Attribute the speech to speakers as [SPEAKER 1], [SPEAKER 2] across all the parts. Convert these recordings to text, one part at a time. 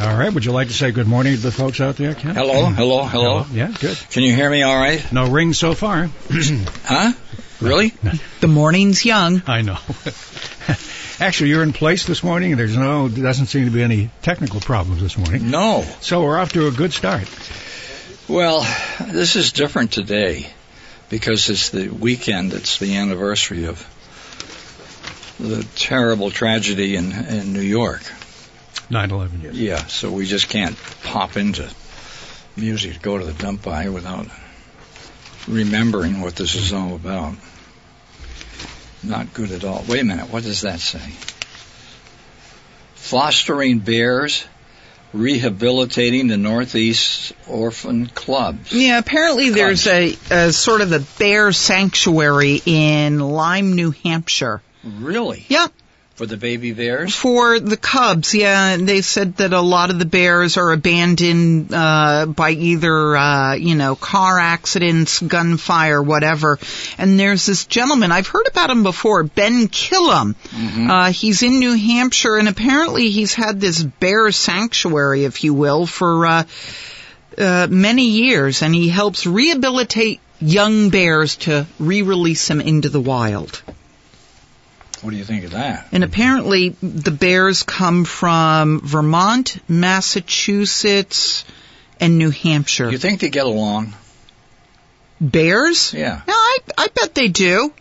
[SPEAKER 1] All right. Would you like to say good morning to the folks out there, Ken?
[SPEAKER 2] Hello, hello, hello.
[SPEAKER 1] Yeah, good.
[SPEAKER 2] Can you hear me all right?
[SPEAKER 1] No ring so far.
[SPEAKER 2] Huh? Really?
[SPEAKER 3] The morning's young.
[SPEAKER 1] I know. Actually, you're in place this morning. There's no, doesn't seem to be any technical problems this morning.
[SPEAKER 2] No.
[SPEAKER 1] So we're off to a good start.
[SPEAKER 2] Well, this is different today because it's the weekend. It's the anniversary of the terrible tragedy in, in New York.
[SPEAKER 1] 9/11. Yes.
[SPEAKER 2] Yeah, so we just can't pop into music to go to the dump by without remembering what this is all about. Not good at all. Wait a minute, what does that say? Fostering bears, rehabilitating the Northeast orphan clubs.
[SPEAKER 3] Yeah, apparently there's a, a sort of a bear sanctuary in Lyme, New Hampshire.
[SPEAKER 2] Really?
[SPEAKER 3] Yeah,
[SPEAKER 2] For the baby bears?
[SPEAKER 3] for the cubs. Yeah, and they said that a lot of the bears are abandoned uh, by either uh, you know car accidents, gunfire, whatever. And there's this gentleman I've heard about him before, Ben Killam. Uh, he's in New Hampshire, and apparently he's had this bear sanctuary, if you will, for. Uh, uh, many years, and he helps rehabilitate young bears to re-release them into the wild.
[SPEAKER 2] What do you think of that?
[SPEAKER 3] And apparently, the bears come from Vermont, Massachusetts, and New Hampshire.
[SPEAKER 2] Do you think they get along?
[SPEAKER 3] bears?
[SPEAKER 2] Yeah.
[SPEAKER 3] No, I, I bet they do.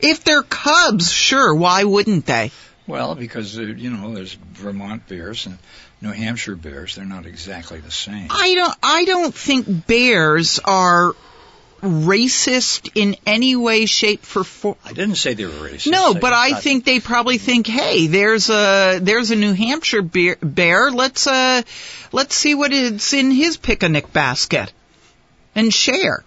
[SPEAKER 3] If they're cubs, sure, why wouldn't they?
[SPEAKER 2] Well, because, uh, you know, there's Vermont bears and New Hampshire bears. They're not exactly the same.
[SPEAKER 3] I don't, I don't think bears are racist in any way, shape, or form.
[SPEAKER 2] I didn't say they were racist.
[SPEAKER 3] No, but I
[SPEAKER 2] thought- Hmm.
[SPEAKER 3] think they probably think, "Hey, there's a there's a New Hampshire bear. bear. Let's uh, let's see what is in his picnic basket, and share."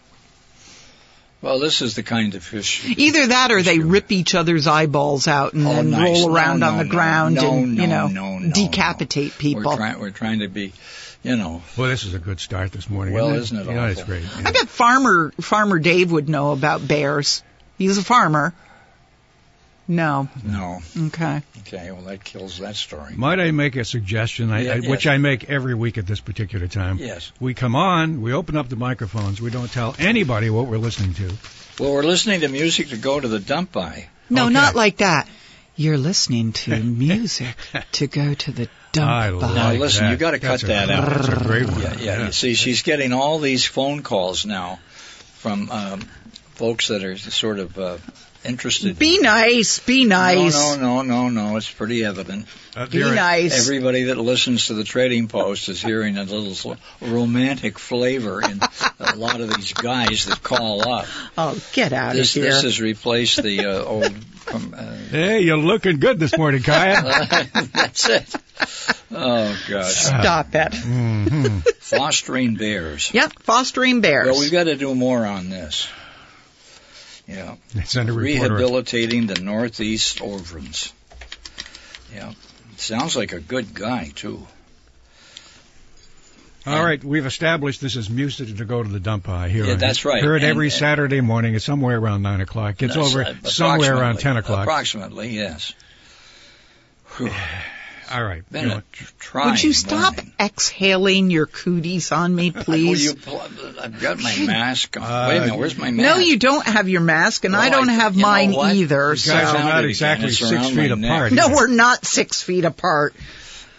[SPEAKER 2] Well, this is the kind of fish.
[SPEAKER 3] Either that, or they rip each other's eyeballs out and
[SPEAKER 2] Oh,
[SPEAKER 3] then
[SPEAKER 2] nice.
[SPEAKER 3] roll
[SPEAKER 2] No,
[SPEAKER 3] around
[SPEAKER 2] no,
[SPEAKER 3] on the
[SPEAKER 2] no,
[SPEAKER 3] ground
[SPEAKER 2] no,
[SPEAKER 3] and
[SPEAKER 2] no,
[SPEAKER 3] you know
[SPEAKER 2] no, no,
[SPEAKER 3] decapitate
[SPEAKER 2] no.
[SPEAKER 3] people.
[SPEAKER 2] We're, try- we're trying to be, you know,
[SPEAKER 1] Well, this is a good start this morning.
[SPEAKER 2] Well,
[SPEAKER 1] isn't
[SPEAKER 2] isn't it
[SPEAKER 1] Yeah, it's
[SPEAKER 2] awful?
[SPEAKER 1] great.
[SPEAKER 3] I bet farmer farmer Dave would know about bears. He's a farmer. No,
[SPEAKER 2] no.
[SPEAKER 3] okay.
[SPEAKER 2] Okay, well that kills that story.
[SPEAKER 1] Might I make a suggestion, I,
[SPEAKER 2] Yeah,
[SPEAKER 1] I,
[SPEAKER 2] yes.
[SPEAKER 1] which I make every week at this particular time?
[SPEAKER 2] Yes.
[SPEAKER 1] We come on, we open up the microphones, we don't tell anybody what we're listening to.
[SPEAKER 2] Well, we're listening to music to go to the dump by.
[SPEAKER 3] No,
[SPEAKER 1] Okay.
[SPEAKER 3] not like that. You're listening to music to go to the dump.
[SPEAKER 1] I
[SPEAKER 3] bar.
[SPEAKER 2] Now,
[SPEAKER 1] like
[SPEAKER 2] listen,
[SPEAKER 1] that.
[SPEAKER 2] you gotta
[SPEAKER 1] That's
[SPEAKER 2] cut
[SPEAKER 1] a-
[SPEAKER 2] that out.
[SPEAKER 1] That's a great one.
[SPEAKER 2] Yeah, yeah. You see, she's getting all these phone calls now from um, folks that are sort of uh, interested.
[SPEAKER 3] Be nice. Be nice.
[SPEAKER 2] No, no, no, no, no. It's pretty evident.
[SPEAKER 1] Uh,
[SPEAKER 3] Be
[SPEAKER 1] there-
[SPEAKER 3] nice.
[SPEAKER 2] Everybody that listens to the Trading Post is hearing a little sl- romantic flavor in a lot of these guys that call up.
[SPEAKER 3] oh, get out
[SPEAKER 2] This
[SPEAKER 3] of here.
[SPEAKER 2] this has replaced the uh, old. Um, uh,
[SPEAKER 1] Hey, you're looking good this morning, Kaya.
[SPEAKER 2] that's it. Oh gosh,
[SPEAKER 3] Stop it.
[SPEAKER 1] Mhm.
[SPEAKER 2] fostering bears.
[SPEAKER 3] Yep, fostering bears.
[SPEAKER 2] Well, we've got to do more on this. Yeah.
[SPEAKER 1] It's under reporter.
[SPEAKER 2] Rehabilitating the Northeast Orphans. Yeah. Sounds like a good guy, too.
[SPEAKER 1] All right, we've established this is music to go to the dump eye here.
[SPEAKER 2] Yeah,
[SPEAKER 1] on-
[SPEAKER 2] that's right.
[SPEAKER 1] Heard
[SPEAKER 2] And-
[SPEAKER 1] every
[SPEAKER 2] and-
[SPEAKER 1] Saturday morning. It's somewhere around nine o'clock. It's
[SPEAKER 2] That's,
[SPEAKER 1] over
[SPEAKER 2] uh,
[SPEAKER 1] somewhere around
[SPEAKER 2] approximately-
[SPEAKER 1] ten o'clock.
[SPEAKER 2] Approximately, yes. Whew,
[SPEAKER 1] All right. you
[SPEAKER 2] been
[SPEAKER 1] know
[SPEAKER 2] a
[SPEAKER 1] what?
[SPEAKER 2] trying
[SPEAKER 3] Would you stop
[SPEAKER 2] morning.
[SPEAKER 3] exhaling your cooties on me,
[SPEAKER 2] Will
[SPEAKER 3] please?
[SPEAKER 2] you pl- I've got my mask on.
[SPEAKER 1] Uh,
[SPEAKER 2] Wait a minute, where's my mask?
[SPEAKER 3] no, you don't have your mask, and
[SPEAKER 2] Well,
[SPEAKER 3] I don't
[SPEAKER 2] I-
[SPEAKER 3] have
[SPEAKER 2] you know
[SPEAKER 3] mine
[SPEAKER 2] what?
[SPEAKER 3] either.
[SPEAKER 1] You
[SPEAKER 2] You
[SPEAKER 1] guys
[SPEAKER 3] So.
[SPEAKER 1] are
[SPEAKER 2] Sound it
[SPEAKER 1] not
[SPEAKER 2] again.
[SPEAKER 1] exactly
[SPEAKER 2] It's
[SPEAKER 1] six
[SPEAKER 2] around
[SPEAKER 1] feet
[SPEAKER 2] my neck.
[SPEAKER 1] apart.
[SPEAKER 3] No,
[SPEAKER 1] either.
[SPEAKER 3] we're not six feet apart.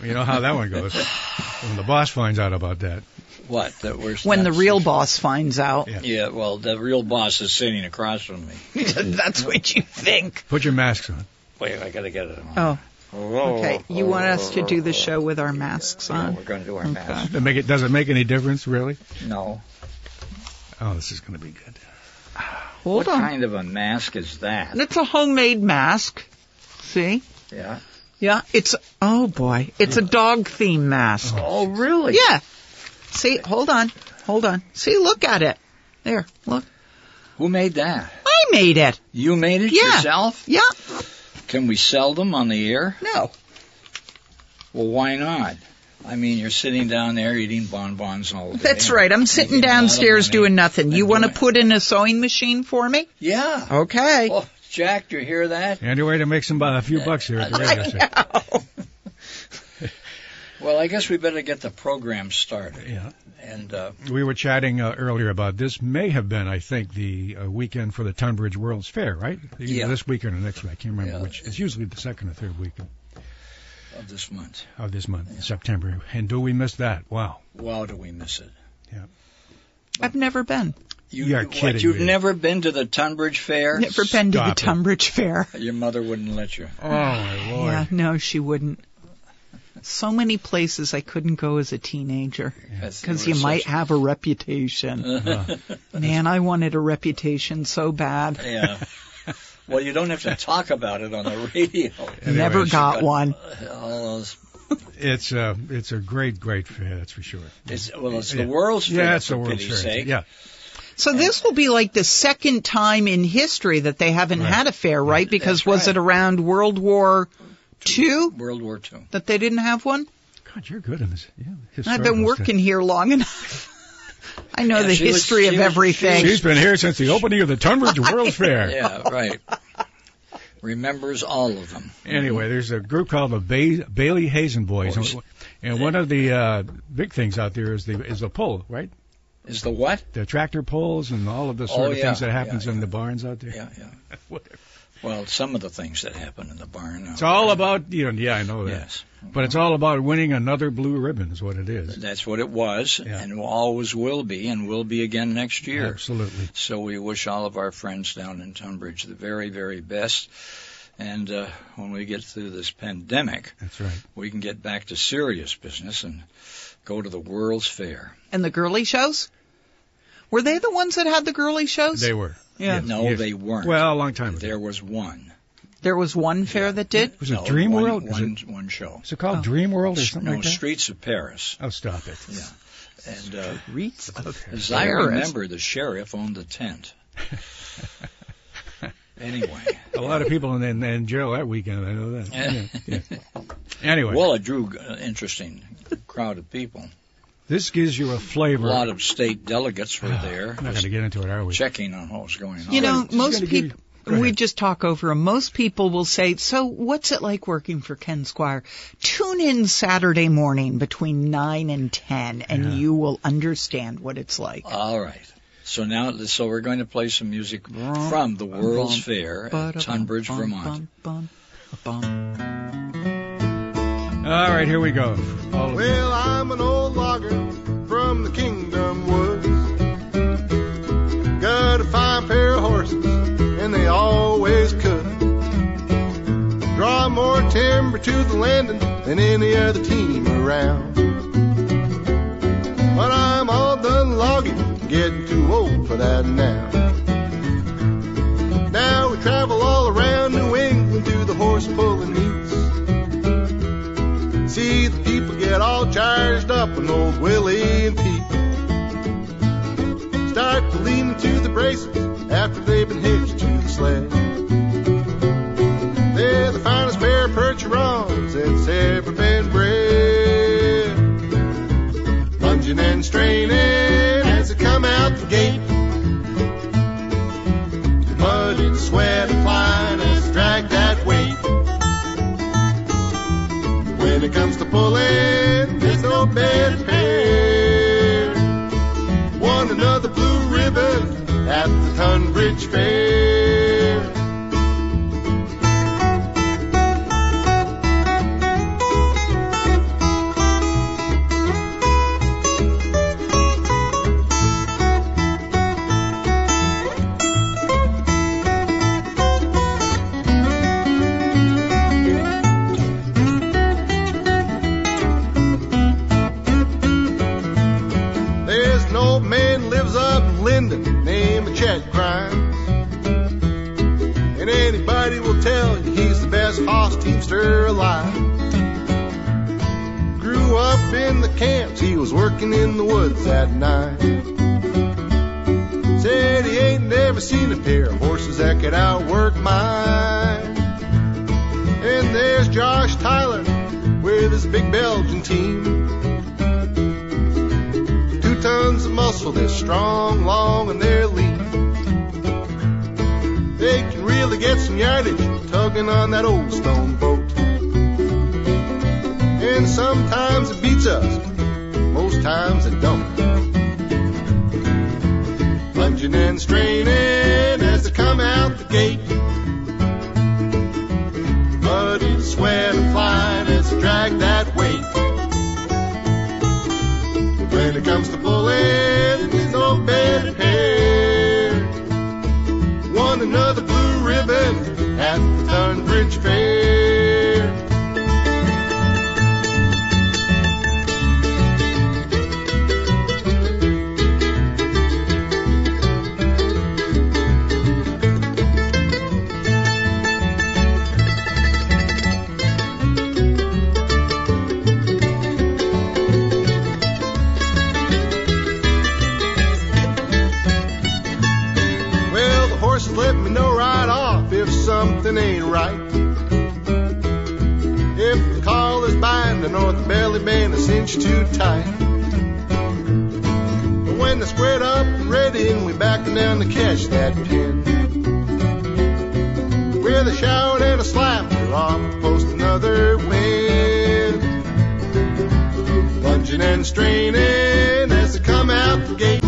[SPEAKER 1] You know how that one goes. when the boss finds out about that.
[SPEAKER 2] What? That we're
[SPEAKER 3] When the
[SPEAKER 2] not-
[SPEAKER 3] real boss finds out,
[SPEAKER 1] Yeah.
[SPEAKER 2] Yeah, well, the real boss is sitting across from me.
[SPEAKER 3] that's what you think.
[SPEAKER 1] Put your masks on.
[SPEAKER 2] Wait, I got to get it on.
[SPEAKER 3] Oh, okay. You want us to do the show with our masks
[SPEAKER 2] Yeah,
[SPEAKER 3] on?
[SPEAKER 2] we're going to do our mask.
[SPEAKER 1] Does it make it, does it make any difference, really?
[SPEAKER 2] No.
[SPEAKER 1] Oh, this is going to be good.
[SPEAKER 3] Hold
[SPEAKER 2] what
[SPEAKER 3] on.
[SPEAKER 2] kind of a mask is that?
[SPEAKER 3] It's a homemade mask. See?
[SPEAKER 2] Yeah.
[SPEAKER 3] Yeah, it's oh boy, it's a dog theme mask.
[SPEAKER 2] Oh, really?
[SPEAKER 3] Yeah. See, hold on, hold on. See, look at it. There, look.
[SPEAKER 2] Who made that?
[SPEAKER 3] I made it.
[SPEAKER 2] You made it
[SPEAKER 3] Yeah.
[SPEAKER 2] yourself?
[SPEAKER 3] Yeah.
[SPEAKER 2] Can we sell them on the air?
[SPEAKER 3] No.
[SPEAKER 2] Well, why not? I mean, you're sitting down there eating bonbons all day.
[SPEAKER 3] That's right. I'm sitting
[SPEAKER 2] Making a lot of
[SPEAKER 3] downstairs
[SPEAKER 2] money.
[SPEAKER 3] doing nothing. You
[SPEAKER 2] And
[SPEAKER 3] want to
[SPEAKER 2] doing-
[SPEAKER 3] put in a sewing machine for me?
[SPEAKER 2] Yeah.
[SPEAKER 3] Okay.
[SPEAKER 2] Oh, Jack, do you hear that?
[SPEAKER 1] uh, Anyway, to make some bu- a few bucks here at the radio station.
[SPEAKER 2] Well, I guess we better get the program started.
[SPEAKER 1] Yeah.
[SPEAKER 2] And uh,
[SPEAKER 1] We were chatting uh, earlier about this. May have been, I think, the uh, weekend for the Tunbridge World's Fair, right? Either
[SPEAKER 2] Yeah.
[SPEAKER 1] This weekend or next week. I can't remember
[SPEAKER 2] Yeah.
[SPEAKER 1] which. It's usually the second or third week of,
[SPEAKER 2] of this month,
[SPEAKER 1] of this month, September. And do we miss that? Wow.
[SPEAKER 2] wow, do we miss it?
[SPEAKER 3] I've never been.
[SPEAKER 2] You,
[SPEAKER 1] You're
[SPEAKER 2] what,
[SPEAKER 1] kidding
[SPEAKER 2] You've
[SPEAKER 1] me.
[SPEAKER 2] never been to the Tunbridge Fair?
[SPEAKER 3] Never been to the
[SPEAKER 1] Stop it.
[SPEAKER 3] Tunbridge Fair.
[SPEAKER 2] Your mother wouldn't let you.
[SPEAKER 1] Oh, my Lord.
[SPEAKER 3] Yeah, no, she wouldn't. So many places I couldn't go as a teenager
[SPEAKER 2] That's-
[SPEAKER 3] because
[SPEAKER 2] were
[SPEAKER 3] you might
[SPEAKER 2] such-
[SPEAKER 3] have a reputation. Man, I wanted a reputation so bad.
[SPEAKER 2] Yeah. well, you don't have to talk about it on the radio.
[SPEAKER 1] Anyway,
[SPEAKER 3] Never
[SPEAKER 1] she
[SPEAKER 3] got one.
[SPEAKER 2] All those,
[SPEAKER 1] It's, uh, it's a great, great fair, that's for sure.
[SPEAKER 2] it's, well, it's
[SPEAKER 1] Yeah.
[SPEAKER 2] the world's fair.
[SPEAKER 1] Yeah, it's
[SPEAKER 2] for
[SPEAKER 1] the world's
[SPEAKER 2] pity's
[SPEAKER 1] fair.
[SPEAKER 2] Sake.
[SPEAKER 1] Yeah.
[SPEAKER 3] So this will be like the second time in history that they haven't
[SPEAKER 1] Right.
[SPEAKER 3] had a fair, right? Because
[SPEAKER 2] That's
[SPEAKER 3] was
[SPEAKER 2] right.
[SPEAKER 3] it around World War Two
[SPEAKER 2] World War Two.
[SPEAKER 3] that they didn't have one?
[SPEAKER 1] God, you're good in this. Yeah,
[SPEAKER 3] I've
[SPEAKER 1] historical
[SPEAKER 3] been working
[SPEAKER 1] stuff.
[SPEAKER 3] here long enough. I know
[SPEAKER 2] Yeah,
[SPEAKER 3] the
[SPEAKER 2] she was-
[SPEAKER 3] history
[SPEAKER 2] she
[SPEAKER 3] of
[SPEAKER 2] was-
[SPEAKER 3] everything.
[SPEAKER 1] She's been here since the opening of the Tunbridge World Fair.
[SPEAKER 2] Yeah, right. Remembers all of them.
[SPEAKER 1] Anyway, there's a group called the ba- Bailey Hazen Boys,
[SPEAKER 2] Boys.
[SPEAKER 1] and, and one of the uh, big things out there is the is the pull, right?
[SPEAKER 2] Is the what?
[SPEAKER 1] The tractor pulls and all of the sort
[SPEAKER 2] Oh,
[SPEAKER 1] of
[SPEAKER 2] yeah,
[SPEAKER 1] things that happens
[SPEAKER 2] yeah,
[SPEAKER 1] in
[SPEAKER 2] yeah.
[SPEAKER 1] the barns out there.
[SPEAKER 2] Yeah, yeah. Well, some of the things that happen in the barn.
[SPEAKER 1] It's all about you know. Yeah, I know that.
[SPEAKER 2] Yes,
[SPEAKER 1] But it's all about winning another blue ribbon, is what it is.
[SPEAKER 2] that's what it was,
[SPEAKER 1] Yeah.
[SPEAKER 2] and always will be, and will be again next year.
[SPEAKER 1] Absolutely.
[SPEAKER 2] So we wish all of our friends down in Tunbridge the very, very best. And uh, when we get through this pandemic,
[SPEAKER 1] That's right.
[SPEAKER 2] we can get back to serious business and go to the World's Fair.
[SPEAKER 3] and the girly shows? Were they the ones that had the girly shows?
[SPEAKER 1] They were.
[SPEAKER 3] yeah.
[SPEAKER 2] No,
[SPEAKER 1] Yes.
[SPEAKER 2] they weren't.
[SPEAKER 1] Well, a long time ago.
[SPEAKER 2] there was one.
[SPEAKER 3] There was one fair that did?
[SPEAKER 1] Was it
[SPEAKER 2] No,
[SPEAKER 1] Dream
[SPEAKER 2] one-
[SPEAKER 1] World? Is
[SPEAKER 2] One, one show.
[SPEAKER 1] Is it called
[SPEAKER 3] Oh.
[SPEAKER 1] Dream World or something
[SPEAKER 2] no,
[SPEAKER 1] like that?
[SPEAKER 2] Streets of Paris.
[SPEAKER 1] Oh, stop it.
[SPEAKER 2] And uh,
[SPEAKER 3] Wreaths of
[SPEAKER 2] as I
[SPEAKER 3] Paris.
[SPEAKER 2] remember, the sheriff owned the tent. anyway,
[SPEAKER 1] A lot of people in, in, in jail that weekend. I know that. Yeah. Yeah. Anyway,
[SPEAKER 2] well, it drew uh, interesting crowd of people.
[SPEAKER 1] this gives you a
[SPEAKER 2] A
[SPEAKER 1] flavor.
[SPEAKER 2] lot of state delegates were there,
[SPEAKER 1] I'm not going
[SPEAKER 2] just
[SPEAKER 1] to get into it, are we?
[SPEAKER 2] checking on what was going on.
[SPEAKER 3] You know,
[SPEAKER 1] She's
[SPEAKER 3] most
[SPEAKER 1] gonna give you-
[SPEAKER 3] people.
[SPEAKER 1] Go ahead.
[SPEAKER 3] We just talk over 'em. Most people will say, "So, what's it like working for Ken Squire?" Tune in Saturday morning between nine and ten, and
[SPEAKER 1] Yeah.
[SPEAKER 3] you will understand what it's like.
[SPEAKER 2] All right. So now, so we're going to play some music from the World's Fair at Tunbridge, Vermont.
[SPEAKER 3] Bum, bum, bum.
[SPEAKER 1] All right, here we go. All of it.
[SPEAKER 4] Well, I'm an old logger from the kingdom woods. Got a fine pair of horses, and they always could. Draw more timber to the landing than any other team around. But I'm all done logging, getting too old for that now. Now we travel all around New England to the horse pulling meets. See the people get all charged up on old Willie and Pete. Start to lean into the braces after they've been hitched to the sled. They're the finest pair of percherons that's ever been bred. Lunging and straining as they come out the gate. Mud and sweat flying as they drag that weight. When it comes to pulling, there's no better pair. Won another blue ribbon at the Tunbridge Fair. There's an old man lives up in Linden, name of Chet Grimes. And anybody will tell you he's the best hoss teamster alive. Grew up in the camps, he was working in the woods that night. Said he ain't never seen a pair of horses that could outwork mine. And there's Josh Tyler with his big Belgian team. Two tons of muscle, they're strong, long, and they're lean. They can really get some yardage tugging on that old stone boat. And and sometimes it beats us. Most times it don't. Plunging and straining as they come out the gate. Muddy sweat and flying as they drag that weight. When it comes to pulling, there's no better pair. Won another blue ribbon at the Tunbridge Fair. Well, the horses let me know right off if something ain't right. If the collar's binding or the belly band is cinched too tight. But when they're squared up and ready and we backing down to catch that pin. With a shout and a slap, we're off to post another win. Lunging and straining as they come out the gate.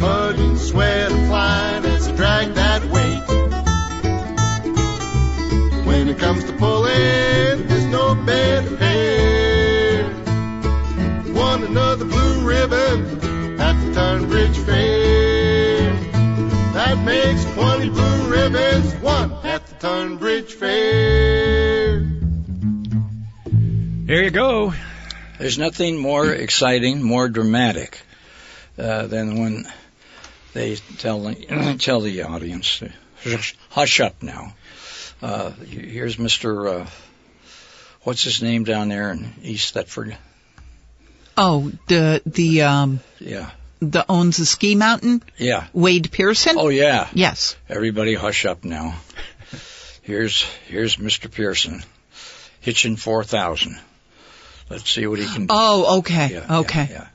[SPEAKER 4] Mud and sweat and flying as I drag that weight. When it comes to pulling, there's no better pair. Won another blue ribbon at the Tunbridge Fair. That makes 20 blue ribbons, one at the Tunbridge Fair.
[SPEAKER 1] There you go.
[SPEAKER 2] There's nothing more exciting, more dramatic uh, than when they tell the, tell the audience, "Hush- "Hush up now." Uh, here's Mr. Uh, what's his name down there in East Thetford?
[SPEAKER 3] Oh, the the um
[SPEAKER 2] Yeah,
[SPEAKER 3] the owns the ski mountain,
[SPEAKER 2] yeah.
[SPEAKER 3] Wade Pearson.
[SPEAKER 2] Oh yeah.
[SPEAKER 3] Yes.
[SPEAKER 2] Everybody, hush up now. Here's here's Mr. Pearson, hitching four thousand. Let's see what he can do.
[SPEAKER 3] Oh, okay.
[SPEAKER 2] Yeah, yeah,
[SPEAKER 3] okay.
[SPEAKER 2] yeah.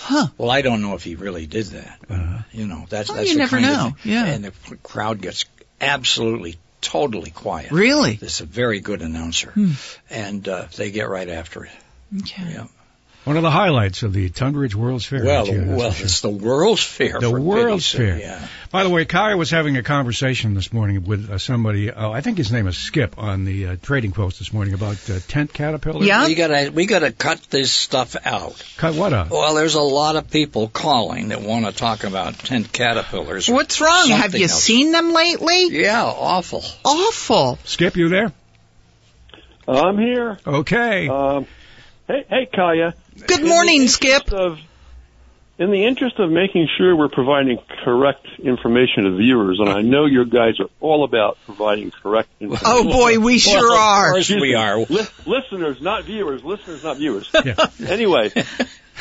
[SPEAKER 3] Huh.
[SPEAKER 2] Well, I don't know if he really did that.
[SPEAKER 1] Uh-huh.
[SPEAKER 2] You know, that's
[SPEAKER 3] Well,
[SPEAKER 2] that's
[SPEAKER 3] you
[SPEAKER 2] the
[SPEAKER 3] never
[SPEAKER 2] kind of
[SPEAKER 3] know.
[SPEAKER 2] thing-
[SPEAKER 3] Yeah.
[SPEAKER 2] And the p- crowd gets absolutely, totally quiet.
[SPEAKER 3] Really? Hmm.
[SPEAKER 2] It's a very good announcer, and uh, they get right after it.
[SPEAKER 3] Okay.
[SPEAKER 2] Yeah.
[SPEAKER 1] One of the highlights of the Tunbridge World's Fair.
[SPEAKER 2] well,
[SPEAKER 1] yeah, that's
[SPEAKER 2] well,
[SPEAKER 1] for sure.
[SPEAKER 2] it's the World's Fair.
[SPEAKER 1] The
[SPEAKER 2] for
[SPEAKER 1] World's
[SPEAKER 2] pity's sake.
[SPEAKER 1] Fair.
[SPEAKER 2] Yeah.
[SPEAKER 1] By the way, Kai was having a conversation this morning with uh, somebody. Oh, I think his name is Skip on the uh, Trading Post this morning about uh, tent caterpillars.
[SPEAKER 3] Yeah.
[SPEAKER 2] We gotta we gotta cut this stuff out.
[SPEAKER 1] Cut what up?
[SPEAKER 2] Well, there's a lot of people calling that want to talk about tent caterpillars.
[SPEAKER 3] What's wrong? Have
[SPEAKER 2] Something
[SPEAKER 3] you
[SPEAKER 2] else.
[SPEAKER 3] seen them lately?
[SPEAKER 2] Yeah, awful.
[SPEAKER 3] Awful.
[SPEAKER 1] Skip, you there?
[SPEAKER 5] I'm here.
[SPEAKER 1] Okay.
[SPEAKER 5] Um, hey, hey, Kaya.
[SPEAKER 3] Good
[SPEAKER 5] In the
[SPEAKER 3] morning,
[SPEAKER 5] interest
[SPEAKER 3] Skip.
[SPEAKER 5] Of, in the interest of making sure we're providing correct information to viewers, and I know your guys are all about providing correct information.
[SPEAKER 3] Oh boy, we sure
[SPEAKER 2] Well, Of
[SPEAKER 3] are.
[SPEAKER 2] course we are.
[SPEAKER 5] Lis- listeners, not viewers. Listeners, not viewers.
[SPEAKER 1] Yeah.
[SPEAKER 5] Anyway,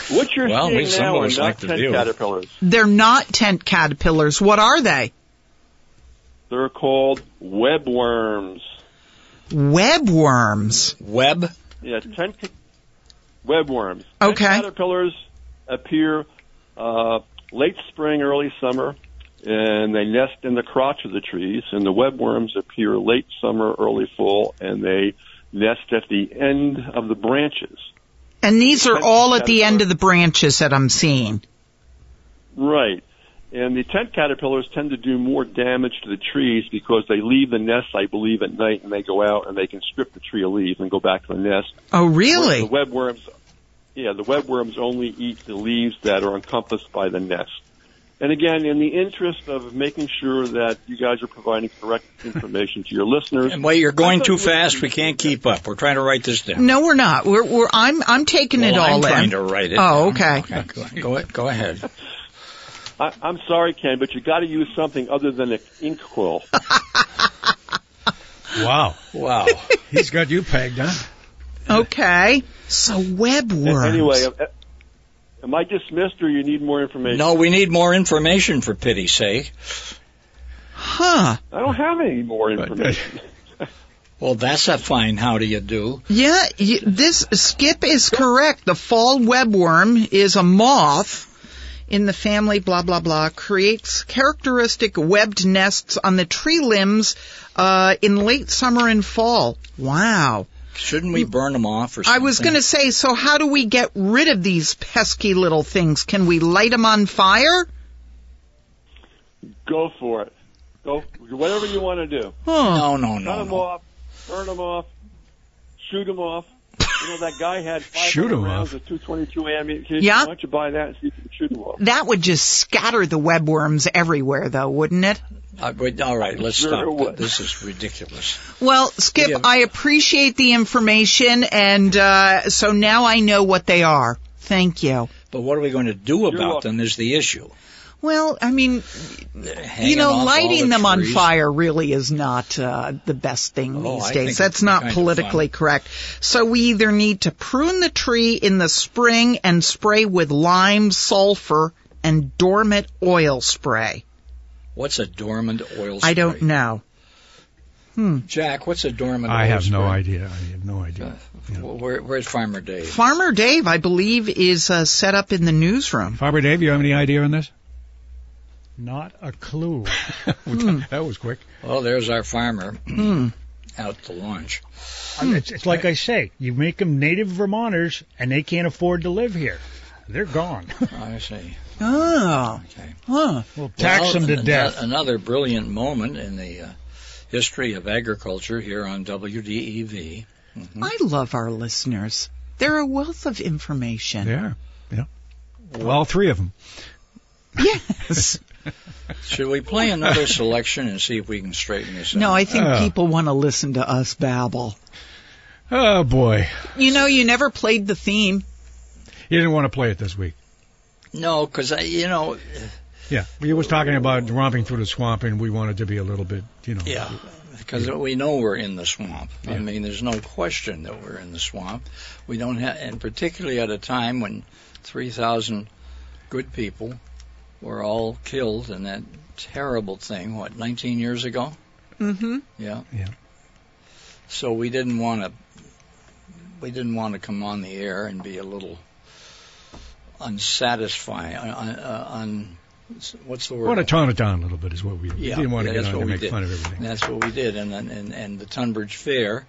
[SPEAKER 5] what you're
[SPEAKER 2] Well, we-
[SPEAKER 5] seeing
[SPEAKER 2] some
[SPEAKER 5] now
[SPEAKER 2] of
[SPEAKER 5] are
[SPEAKER 2] us
[SPEAKER 5] not
[SPEAKER 2] like to
[SPEAKER 5] tent
[SPEAKER 2] view.
[SPEAKER 5] caterpillars.
[SPEAKER 3] They're not tent caterpillars. What are they?
[SPEAKER 5] They're called webworms.
[SPEAKER 3] Webworms.
[SPEAKER 2] Web.
[SPEAKER 5] Yeah, tent ca- webworms. Tent
[SPEAKER 3] Okay.
[SPEAKER 5] caterpillars appear uh, late spring, early summer, and they nest in the crotch of the trees. And the webworms appear late summer, early fall, and they nest at the end of the branches.
[SPEAKER 3] And these are all at the end of the branches that I'm seeing.
[SPEAKER 5] Right. And the tent caterpillars tend to do more damage to the trees because they leave the nest, I believe, at night, and they go out and they can strip the tree of leaves and go back to the nest.
[SPEAKER 3] Oh,
[SPEAKER 5] The
[SPEAKER 3] really?
[SPEAKER 5] webworms, yeah, the webworms only eat the leaves that are encompassed by the nest. And again, in the interest of making sure that you guys are providing correct information to your listeners,
[SPEAKER 2] And, Well, you're going
[SPEAKER 5] thought
[SPEAKER 2] too
[SPEAKER 5] you were-
[SPEAKER 2] fast. We can't keep up. We're trying to write this down.
[SPEAKER 3] No, we're not. We're, we're I'm I'm taking
[SPEAKER 2] Well,
[SPEAKER 3] it all
[SPEAKER 2] I'm trying
[SPEAKER 3] in.
[SPEAKER 2] to write it.
[SPEAKER 3] Oh,
[SPEAKER 2] down.
[SPEAKER 3] okay.
[SPEAKER 2] okay. Go, go, go ahead.
[SPEAKER 5] I, I'm sorry, Ken, but you got to use something other than an ink quill.
[SPEAKER 1] wow.
[SPEAKER 2] Wow.
[SPEAKER 1] He's got you pegged, huh?
[SPEAKER 3] Okay. So webworms.
[SPEAKER 5] anyway, uh, am I dismissed or you need more information?
[SPEAKER 2] no, we need more information for pity's sake.
[SPEAKER 3] huh?
[SPEAKER 5] I don't have any more
[SPEAKER 1] uh,
[SPEAKER 5] information.
[SPEAKER 2] Well, that's a fine how do you do.
[SPEAKER 3] Yeah, y this Skip is correct. The fall webworm is a moth in the family blah blah blah creates characteristic webbed nests on the tree limbs uh, in late summer and fall. Wow.
[SPEAKER 2] Shouldn't we burn them off or
[SPEAKER 3] I
[SPEAKER 2] something?
[SPEAKER 3] was going to say, so how do we get rid of these pesky little things? Can we light them on fire?
[SPEAKER 5] Go for it. Go whatever you want to do.
[SPEAKER 2] No,
[SPEAKER 3] Huh.
[SPEAKER 2] no,
[SPEAKER 5] Cut
[SPEAKER 2] no.
[SPEAKER 5] them
[SPEAKER 2] no.
[SPEAKER 5] off, burn them off, shoot them off. You know that guy had
[SPEAKER 1] Shoot
[SPEAKER 5] 500
[SPEAKER 1] 'em
[SPEAKER 5] rounds
[SPEAKER 1] off.
[SPEAKER 5] of 222 ammunition.
[SPEAKER 3] Yeah.
[SPEAKER 5] Why don't you buy that and see if you can shoot them off?
[SPEAKER 3] That would just scatter the webworms everywhere, though, wouldn't it?
[SPEAKER 2] Uh, wait, all right, let's
[SPEAKER 5] Sure
[SPEAKER 2] stop.
[SPEAKER 5] would.
[SPEAKER 2] This is ridiculous.
[SPEAKER 3] Well, Skip,
[SPEAKER 2] Yeah.
[SPEAKER 3] I appreciate the information, and uh, so now I know what they are. Thank you.
[SPEAKER 2] But what are we going to do about
[SPEAKER 5] welcome.
[SPEAKER 2] them is the issue.
[SPEAKER 3] Well, I mean,
[SPEAKER 2] Hanging
[SPEAKER 3] you know,
[SPEAKER 2] off all
[SPEAKER 3] lighting
[SPEAKER 2] the
[SPEAKER 3] them on
[SPEAKER 2] trees.
[SPEAKER 3] fire really is not uh, the best thing
[SPEAKER 2] Oh,
[SPEAKER 3] these
[SPEAKER 2] I
[SPEAKER 3] days.
[SPEAKER 2] think
[SPEAKER 3] That's
[SPEAKER 2] it's
[SPEAKER 3] not
[SPEAKER 2] kind of
[SPEAKER 3] politically correct. So we either need to prune the tree in the spring and spray with lime, sulfur, and dormant oil spray.
[SPEAKER 2] What's a dormant oil spray?
[SPEAKER 3] I don't know. Hmm.
[SPEAKER 2] Jack, what's a dormant
[SPEAKER 1] I
[SPEAKER 2] oil
[SPEAKER 1] have no
[SPEAKER 2] spray?
[SPEAKER 1] idea. I have no idea.
[SPEAKER 2] Uh, Wh- Where, where's Farmer Dave?
[SPEAKER 3] Farmer Dave, I believe, is uh, set up in the newsroom.
[SPEAKER 1] Farmer Dave, you have any idea on this?
[SPEAKER 6] Not a clue.
[SPEAKER 1] That was quick.
[SPEAKER 2] Oh, Hmm. there's our farmer
[SPEAKER 3] Hmm.
[SPEAKER 2] out to lunch.
[SPEAKER 6] I mean, it's, it's like I say, you make them native Vermonters, and they can't afford to live here. They're gone.
[SPEAKER 2] I see.
[SPEAKER 3] Oh,
[SPEAKER 2] Okay.
[SPEAKER 3] huh.
[SPEAKER 6] We'll tax
[SPEAKER 2] Well,
[SPEAKER 6] them to
[SPEAKER 2] an-
[SPEAKER 6] death.
[SPEAKER 2] Another brilliant moment in the uh, history of agriculture here on E WDEV.
[SPEAKER 1] Hmm?
[SPEAKER 3] I love our listeners. They're a wealth of information.
[SPEAKER 1] Yeah. Yeah. Well, all three of them.
[SPEAKER 3] Yes.
[SPEAKER 2] Should we play another selection and see if we can straighten this out?
[SPEAKER 3] no, I think
[SPEAKER 1] Uh.
[SPEAKER 3] people want to listen to us babble.
[SPEAKER 1] Oh boy,
[SPEAKER 3] You know, you never played the theme.
[SPEAKER 1] you didn't want to play it this week.
[SPEAKER 2] No, because you know,
[SPEAKER 1] Yeah, we was talking about romping through the swamp, and we wanted to be a little bit, you know.
[SPEAKER 2] yeah, because we know we're in the swamp. I mean, there's no question that we're in the swamp. We don't have, and particularly at a time when 3,000 good people were all killed in that terrible thing. What, 19 years ago?
[SPEAKER 3] Mm-hmm.
[SPEAKER 2] Yeah.
[SPEAKER 1] Yeah.
[SPEAKER 2] So we didn't want to we didn't want to come on the air and be a little unsatisfying. Un, uh, un, what's the
[SPEAKER 1] We
[SPEAKER 2] word?
[SPEAKER 1] want to tone it down a little bit is what we we
[SPEAKER 2] Yeah,
[SPEAKER 1] didn't want to
[SPEAKER 2] yeah,
[SPEAKER 1] get
[SPEAKER 2] that's
[SPEAKER 1] on
[SPEAKER 2] what
[SPEAKER 1] to
[SPEAKER 2] we
[SPEAKER 1] make
[SPEAKER 2] did.
[SPEAKER 1] fun of everything.
[SPEAKER 2] And that's what we did, and then- and and the Tunbridge Fair,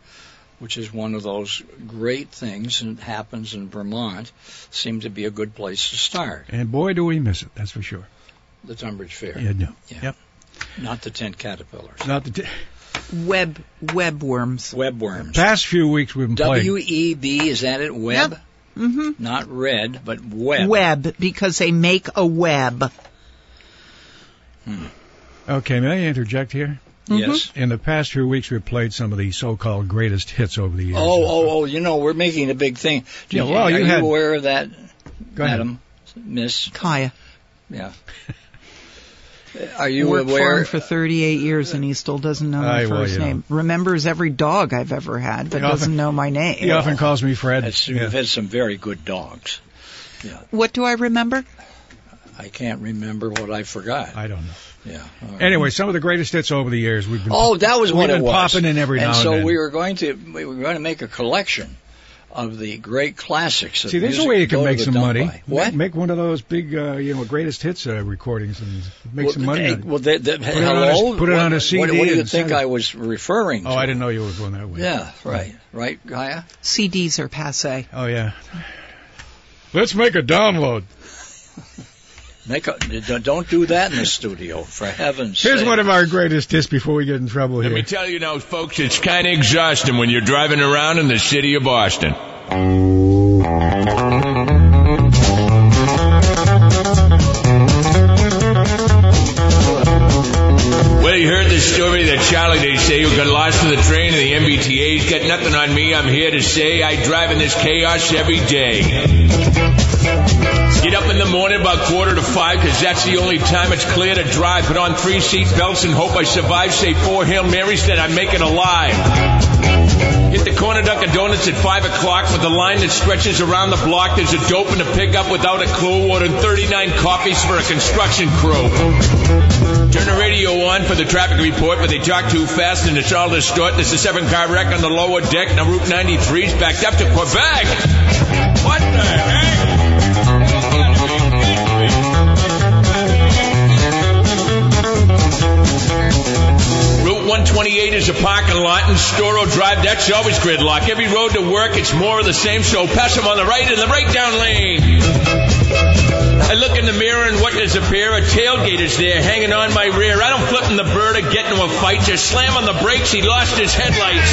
[SPEAKER 2] which is one of those great things that happens in Vermont, seemed to be a good place to start.
[SPEAKER 1] And boy, do we miss it. That's for sure.
[SPEAKER 2] The Tunbridge Fair,
[SPEAKER 1] Yeah, no,
[SPEAKER 2] not the tent caterpillars,
[SPEAKER 1] not the t-
[SPEAKER 3] Web webworms.
[SPEAKER 2] webworms.
[SPEAKER 1] past few weeks we've been
[SPEAKER 2] W
[SPEAKER 1] playing.
[SPEAKER 2] E B is that it? Web,
[SPEAKER 3] Mm-hmm.
[SPEAKER 2] not red, but
[SPEAKER 3] Web because they make a web.
[SPEAKER 1] Okay, may I interject here?
[SPEAKER 2] Yes.
[SPEAKER 1] In the past few weeks, we've played some of the so-called greatest hits over the years.
[SPEAKER 2] Oh, oh, oh! You know, we're making a big thing. Do you,
[SPEAKER 1] Yeah, well,
[SPEAKER 2] are
[SPEAKER 1] you
[SPEAKER 2] you
[SPEAKER 1] had-
[SPEAKER 2] aware of that,
[SPEAKER 1] Go ahead.
[SPEAKER 2] Madam, Miss?
[SPEAKER 3] Kaya
[SPEAKER 2] Yeah. Are you
[SPEAKER 3] worked for
[SPEAKER 2] aware?
[SPEAKER 3] him for 38 years and he still doesn't know
[SPEAKER 1] Aye,
[SPEAKER 3] my
[SPEAKER 1] well,
[SPEAKER 3] first
[SPEAKER 1] you know.
[SPEAKER 3] name. Remembers every dog I've ever had, but
[SPEAKER 1] He often-
[SPEAKER 3] doesn't know my name.
[SPEAKER 1] He often calls me Fred.
[SPEAKER 2] That's,
[SPEAKER 1] Yeah.
[SPEAKER 2] We've had some very good dogs.
[SPEAKER 3] What do I remember?
[SPEAKER 2] I can't remember what I forgot.
[SPEAKER 1] I don't know.
[SPEAKER 2] yeah. all right.
[SPEAKER 1] Anyway, some of the greatest hits over the years we've been.
[SPEAKER 2] Oh, that was
[SPEAKER 1] we've
[SPEAKER 2] what
[SPEAKER 1] been
[SPEAKER 2] it was.
[SPEAKER 1] popping in every
[SPEAKER 2] and
[SPEAKER 1] now
[SPEAKER 2] so
[SPEAKER 1] and then.
[SPEAKER 2] we were going to we were going to make a collection of the great classics. Of
[SPEAKER 1] See, there's
[SPEAKER 2] music
[SPEAKER 1] a way you
[SPEAKER 2] to go
[SPEAKER 1] can
[SPEAKER 2] to
[SPEAKER 1] make
[SPEAKER 2] the
[SPEAKER 1] some
[SPEAKER 2] dump
[SPEAKER 1] money.
[SPEAKER 2] by. What?
[SPEAKER 1] Make one of those big, uh, you know, greatest hits uh, recordings and make some money.
[SPEAKER 2] Hey,
[SPEAKER 1] on it.
[SPEAKER 2] well, the, the,
[SPEAKER 1] it on a-
[SPEAKER 2] hello.
[SPEAKER 1] put it on a
[SPEAKER 2] What- What,
[SPEAKER 1] CD
[SPEAKER 2] what do you
[SPEAKER 1] and
[SPEAKER 2] think
[SPEAKER 1] send it.
[SPEAKER 2] I was referring?
[SPEAKER 1] oh,
[SPEAKER 2] to?
[SPEAKER 1] I didn't know you were going that way.
[SPEAKER 2] Yeah, right, right, Gaia.
[SPEAKER 3] CDs are passe.
[SPEAKER 1] Oh yeah. Let's make a download.
[SPEAKER 2] Make a, don't- don't do that in the studio, for heaven's
[SPEAKER 1] Here's
[SPEAKER 2] sake.
[SPEAKER 1] one of our greatest hits before we get in trouble
[SPEAKER 7] Let me
[SPEAKER 1] here.
[SPEAKER 7] tell you now, folks, it's kind of exhausting when you're driving around in the city of Boston. Well, you heard the story that Charlie, they say, who got lost in the train and the MBTA's got nothing on me. I'm here to say I drive in this chaos every day. Get up in the morning about quarter to five, 'cause that's the only time it's clear to drive. Put on three seat belts and hope I survive. Say four Hail Marys, then I make it alive. Hit the corner Dunkin' Donuts at five o'clock with a line that stretches around the block. There's a dope in a pickup without a clue. Ordering 39 coffees for a construction crew. Turn the radio on for the traffic report, but they talk too fast and it's all distorted. There's a seven car wreck on the lower deck. Now Route 93's backed up to Quebec. What the heck? Route 128 is a parking lot and Storo Drive. That's always gridlock. Every road to work, it's more of the same. So pass them on the right in the right down lane. I look in the mirror and what does appear? A tailgate is there hanging on my rear. I don't flip in the bird or get into a fight. Just slam on the brakes. He lost his headlights.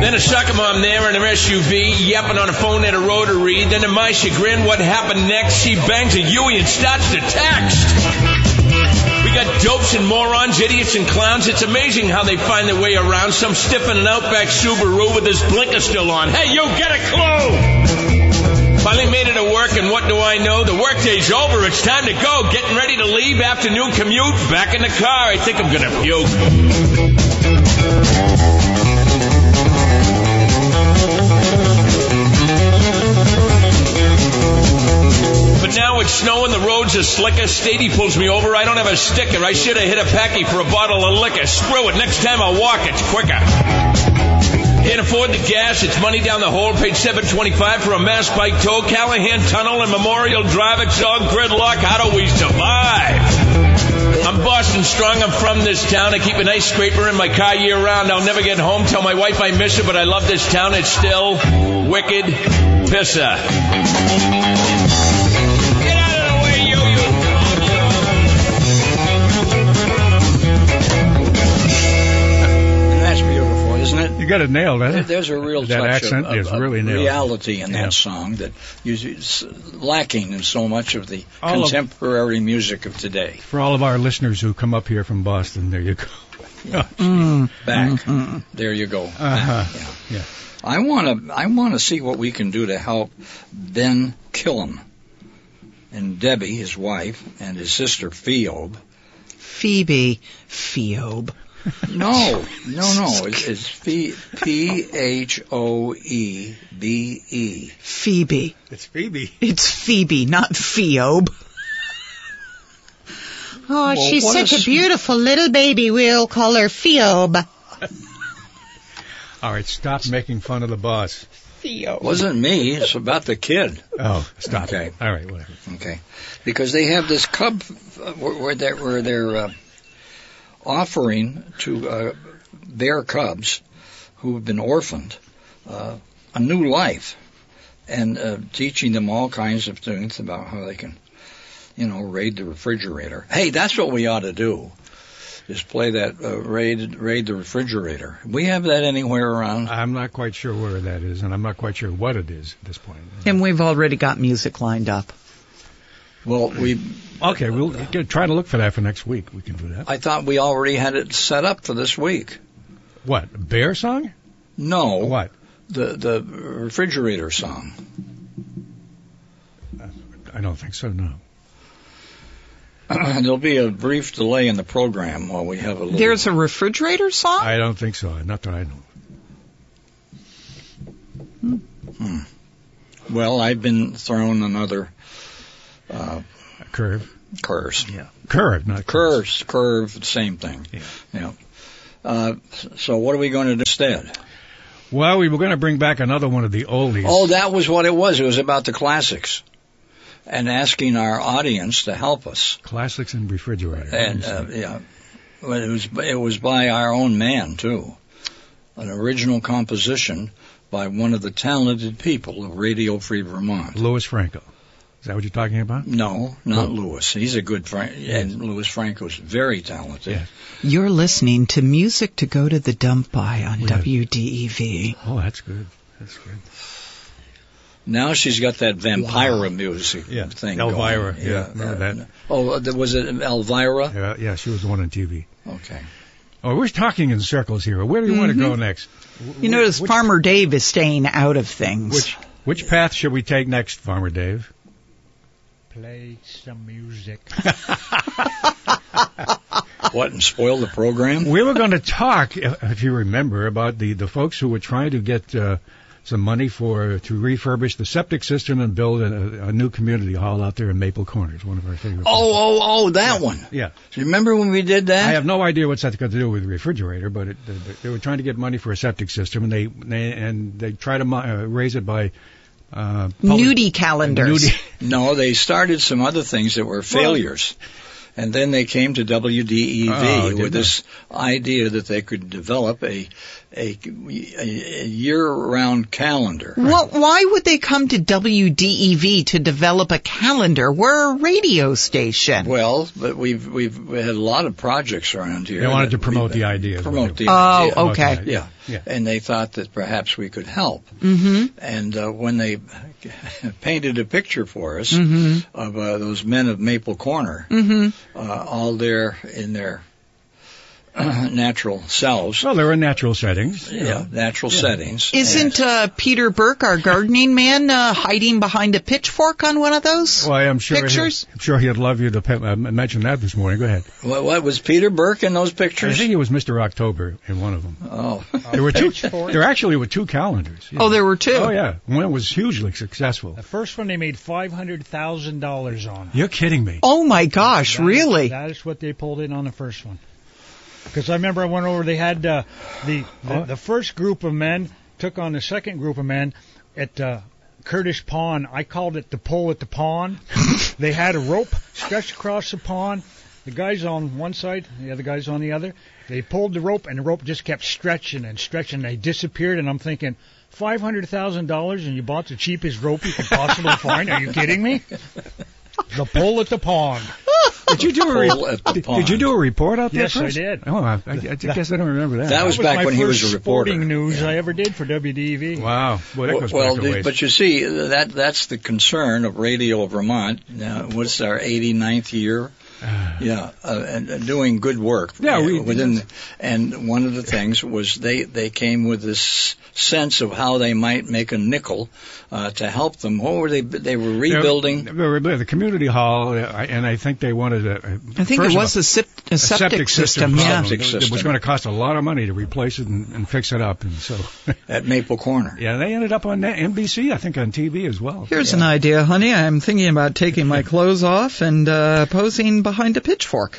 [SPEAKER 7] Then a sucker mom there in her SUV, yapping on a phone at a rotary. Then to my chagrin, what happened next? She bangs a Yui and starts to text. We got dopes and morons, idiots and clowns. It's amazing how they find their way around. Some stiff in an Outback Subaru with his blinker still on. Hey, you get a clue! Finally made it to work, and what do I know? The workday's over. It's time to go. Getting ready to leave. Afternoon commute. Back in the car. I think I'm gonna puke. But now it's snowing, the roads are slicker. Stady pulls me over, I don't have a sticker. I should have hit a packy for a bottle of liquor. Screw it, next time I'll walk, it's quicker. Can't afford the gas, it's money down the hole. Paid 725 for a mass bike tow. Callahan Tunnel and Memorial Drive, it's all gridlock. How do we survive? I'm Boston strong, I'm from this town. I keep an ice scraper in my car year round. I'll never get home, tell my wife I miss her, but I love this town. It's still wicked pisser.
[SPEAKER 2] That's beautiful, isn't it?
[SPEAKER 1] You got it nailed, huh?
[SPEAKER 2] There's a real
[SPEAKER 1] That
[SPEAKER 2] touch
[SPEAKER 1] accent
[SPEAKER 2] of, of,
[SPEAKER 1] is
[SPEAKER 2] of
[SPEAKER 1] really nailed.
[SPEAKER 2] reality in that
[SPEAKER 1] Yeah.
[SPEAKER 2] song that you- it's lacking in so much of the
[SPEAKER 1] All of-
[SPEAKER 2] contemporary music of today.
[SPEAKER 1] For all of our listeners who come up here from Boston, there you go.
[SPEAKER 2] Back there, you go.
[SPEAKER 1] Uh-huh. Yeah.
[SPEAKER 2] I want to I want to see what we can do to help Ben Killam and Debbie, his wife, and his sister Phoebe.
[SPEAKER 3] Phoebe, Phoebe.
[SPEAKER 2] No, no, no. It's, it's P H O E B E.
[SPEAKER 3] Phoebe.
[SPEAKER 1] It's Phoebe.
[SPEAKER 3] It's Phoebe, not Phoebe. Oh,
[SPEAKER 2] Well, she's what such a a sm-
[SPEAKER 3] beautiful little baby. We'll call her Phoebe.
[SPEAKER 1] All right, stop making fun of the boss.
[SPEAKER 2] Wasn't me. It's about the kid.
[SPEAKER 1] Oh, stop.
[SPEAKER 2] Okay.
[SPEAKER 1] All right, whatever.
[SPEAKER 2] Okay, because they have this cub uh, where, where they're, where they're uh, offering to uh, their cubs who have been orphaned uh, a new life, and uh, teaching them all kinds of things about how they can, you know, raid the refrigerator. Hey, that's what we ought to do. Is play that uh, raid raid the refrigerator. We have that anywhere around.
[SPEAKER 1] I'm not quite sure where that is, and I'm not quite sure what it is at this point.
[SPEAKER 3] And we've already got music lined up.
[SPEAKER 2] Well, we
[SPEAKER 1] Okay, we'll g- try to look for that for next week. We can do that.
[SPEAKER 2] I thought we already had it set up for this week.
[SPEAKER 1] What? a Bear song?
[SPEAKER 2] No.
[SPEAKER 1] What?
[SPEAKER 2] the the refrigerator song.
[SPEAKER 1] I don't think so, no.
[SPEAKER 2] There'll be a brief delay in the program while we have a little.
[SPEAKER 3] There's a refrigerator song?
[SPEAKER 1] I don't think so. Not that I know.
[SPEAKER 2] Hmm. well, I've been thrown another uh,
[SPEAKER 1] Curve.
[SPEAKER 2] curse.
[SPEAKER 1] Curve, not curve.
[SPEAKER 2] Curse, curve, same thing.
[SPEAKER 1] Yeah.
[SPEAKER 2] Yeah. Uh, so what are we going to do instead?
[SPEAKER 1] Well, we were going to bring back another one of the oldies.
[SPEAKER 2] Oh, that was what it was. It was about the classics, and asking our audience to help us.
[SPEAKER 1] Classics and refrigerator.
[SPEAKER 2] And uh, yeah, Well, it was it was by our own man too, an original composition by one of the talented people of Radio Free Vermont.
[SPEAKER 1] Louis Franco. Is that what you're talking about?
[SPEAKER 2] No, not
[SPEAKER 1] Oh.
[SPEAKER 2] Lewis. He's a good friend, and Lewis Franco's very talented.
[SPEAKER 1] Yeah.
[SPEAKER 3] You're listening to Music to Go to the Dump By on E
[SPEAKER 1] Yeah.
[SPEAKER 3] WDEV.
[SPEAKER 1] Oh, that's good. That's good.
[SPEAKER 2] Now she's got that Vampira music
[SPEAKER 1] Yeah.
[SPEAKER 2] thing
[SPEAKER 1] Elvira,
[SPEAKER 2] going.
[SPEAKER 1] yeah, remember that.
[SPEAKER 2] Oh, uh, was it Elvira?
[SPEAKER 1] Yeah, yeah, she was the one on TV.
[SPEAKER 2] Okay.
[SPEAKER 1] Oh, we're talking in circles here. Where do you want to
[SPEAKER 2] Mm-hmm.
[SPEAKER 1] go next?
[SPEAKER 3] You notice Farmer Dave is staying out of things.
[SPEAKER 1] Which which path should we take next, Farmer Dave?
[SPEAKER 6] Play some music.
[SPEAKER 2] What, and spoil the program?
[SPEAKER 1] We were going to talk, if if you remember, about the, the folks who were trying to get uh, some money for to refurbish the septic system and build a, a new community hall out there in Maple Corners, one of our favorite.
[SPEAKER 2] Oh, oh, oh, that one.
[SPEAKER 1] yeah.
[SPEAKER 2] Remember when we did that?
[SPEAKER 1] I have no idea what's that got to do with the refrigerator, but it, they, they were trying to get money for a septic system, and they, they and they try to mo- uh, raise it by uh, public-
[SPEAKER 3] Nudie calendars.
[SPEAKER 1] nudie-
[SPEAKER 2] No, they started some other things that were failures. And then they came to WDEV
[SPEAKER 1] Oh, did
[SPEAKER 2] with
[SPEAKER 1] they?
[SPEAKER 2] this idea that they could develop a a, a, a year-round calendar.
[SPEAKER 3] Well, why would they come to WDEV to develop a calendar? We're a radio station.
[SPEAKER 2] Well, but we've we've we had a lot of projects around here.
[SPEAKER 1] They wanted to
[SPEAKER 2] that
[SPEAKER 1] promote
[SPEAKER 2] we-
[SPEAKER 1] the idea. is what
[SPEAKER 2] Promote
[SPEAKER 1] they-
[SPEAKER 2] the
[SPEAKER 3] Oh,
[SPEAKER 2] idea.
[SPEAKER 1] promote the
[SPEAKER 3] okay.
[SPEAKER 1] idea.
[SPEAKER 2] Yeah.
[SPEAKER 1] Yeah.
[SPEAKER 2] and they thought that perhaps we could help.
[SPEAKER 3] hmm
[SPEAKER 2] And uh, when they painted a picture for us
[SPEAKER 3] hmm
[SPEAKER 1] Mm-hmm.
[SPEAKER 2] of uh, those men of Maple Corner,
[SPEAKER 3] hmm
[SPEAKER 2] uh, all there in their natural selves,
[SPEAKER 1] Well, there are natural settings. you
[SPEAKER 2] yeah,
[SPEAKER 1] know.
[SPEAKER 2] natural settings.
[SPEAKER 3] Isn't uh, Peter Burke, our gardening man, uh, hiding behind a pitchfork on one of those?
[SPEAKER 1] Well, I'm sure.
[SPEAKER 3] Pictures?
[SPEAKER 1] He, I'm sure he'd love you to pe- uh, mention that this morning. Go ahead.
[SPEAKER 2] And what, what was Peter Burke in those
[SPEAKER 1] I
[SPEAKER 2] pictures?
[SPEAKER 1] think it was Mr. October in one of them.
[SPEAKER 2] Oh,
[SPEAKER 1] There were two.
[SPEAKER 6] Pitchfork.
[SPEAKER 1] There actually were two calendars. yeah.
[SPEAKER 3] Oh, there were two.
[SPEAKER 1] Oh yeah, one was hugely successful.
[SPEAKER 6] The first one they made five hundred thousand dollars on.
[SPEAKER 1] You're kidding me.
[SPEAKER 3] Oh, my gosh,
[SPEAKER 6] That-
[SPEAKER 3] really?
[SPEAKER 6] That is what they pulled in on the first one. Because I remember I went over. They had uh, the, the the first group of men took on the second group of men at uh, Curtis Pond. I called it the pole at the pond. they had a rope stretched across the pond. The guys on one side, the other guys on the other. They pulled the rope, and the rope just kept stretching and stretching. They disappeared, and I'm thinking. Five hundred thousand dollars, and you bought the cheapest rope you could possibly find. Are you kidding me? The pole at the pond.
[SPEAKER 1] Did you do a re-
[SPEAKER 2] Pole at the
[SPEAKER 1] did,
[SPEAKER 2] pond.
[SPEAKER 1] did you do a report out there?
[SPEAKER 6] Yes, I
[SPEAKER 1] first?
[SPEAKER 6] did.
[SPEAKER 1] Oh, I, I, I guess I don't remember that.
[SPEAKER 2] That was- back
[SPEAKER 6] my
[SPEAKER 2] when
[SPEAKER 6] first
[SPEAKER 2] he was a reporter.
[SPEAKER 6] Sporting news I ever did for E WDEV.
[SPEAKER 1] wow. Boy, that goes
[SPEAKER 2] well,
[SPEAKER 1] back a
[SPEAKER 2] the-
[SPEAKER 1] ways.
[SPEAKER 2] but you see, that that's the concern of Radio Vermont. Now, what's our 89th year? Yeah, uh, and uh, doing good work.
[SPEAKER 1] Ah. Yeah, we-
[SPEAKER 2] within. the- and one of the things was they they came with this sense of how they might make a nickel uh, to help them. What were they? They were rebuilding.
[SPEAKER 1] They were rebuilding the community hall, uh, I- and I think they wanted a. a-
[SPEAKER 3] I think
[SPEAKER 1] first
[SPEAKER 3] it
[SPEAKER 1] of
[SPEAKER 3] was
[SPEAKER 1] all,
[SPEAKER 3] a, sep- a,
[SPEAKER 1] a
[SPEAKER 3] septic, system. yeah.
[SPEAKER 1] problem.
[SPEAKER 2] Septic
[SPEAKER 1] It was
[SPEAKER 2] system.
[SPEAKER 1] going to cost a lot of money to replace it and, and fix it up, and so
[SPEAKER 2] at Maple Corner.
[SPEAKER 1] yeah, they ended up on that NBC, I think, on TV as well.
[SPEAKER 3] Here's an idea, honey. I'm thinking about taking my clothes off and uh, posing behind a pitchfork.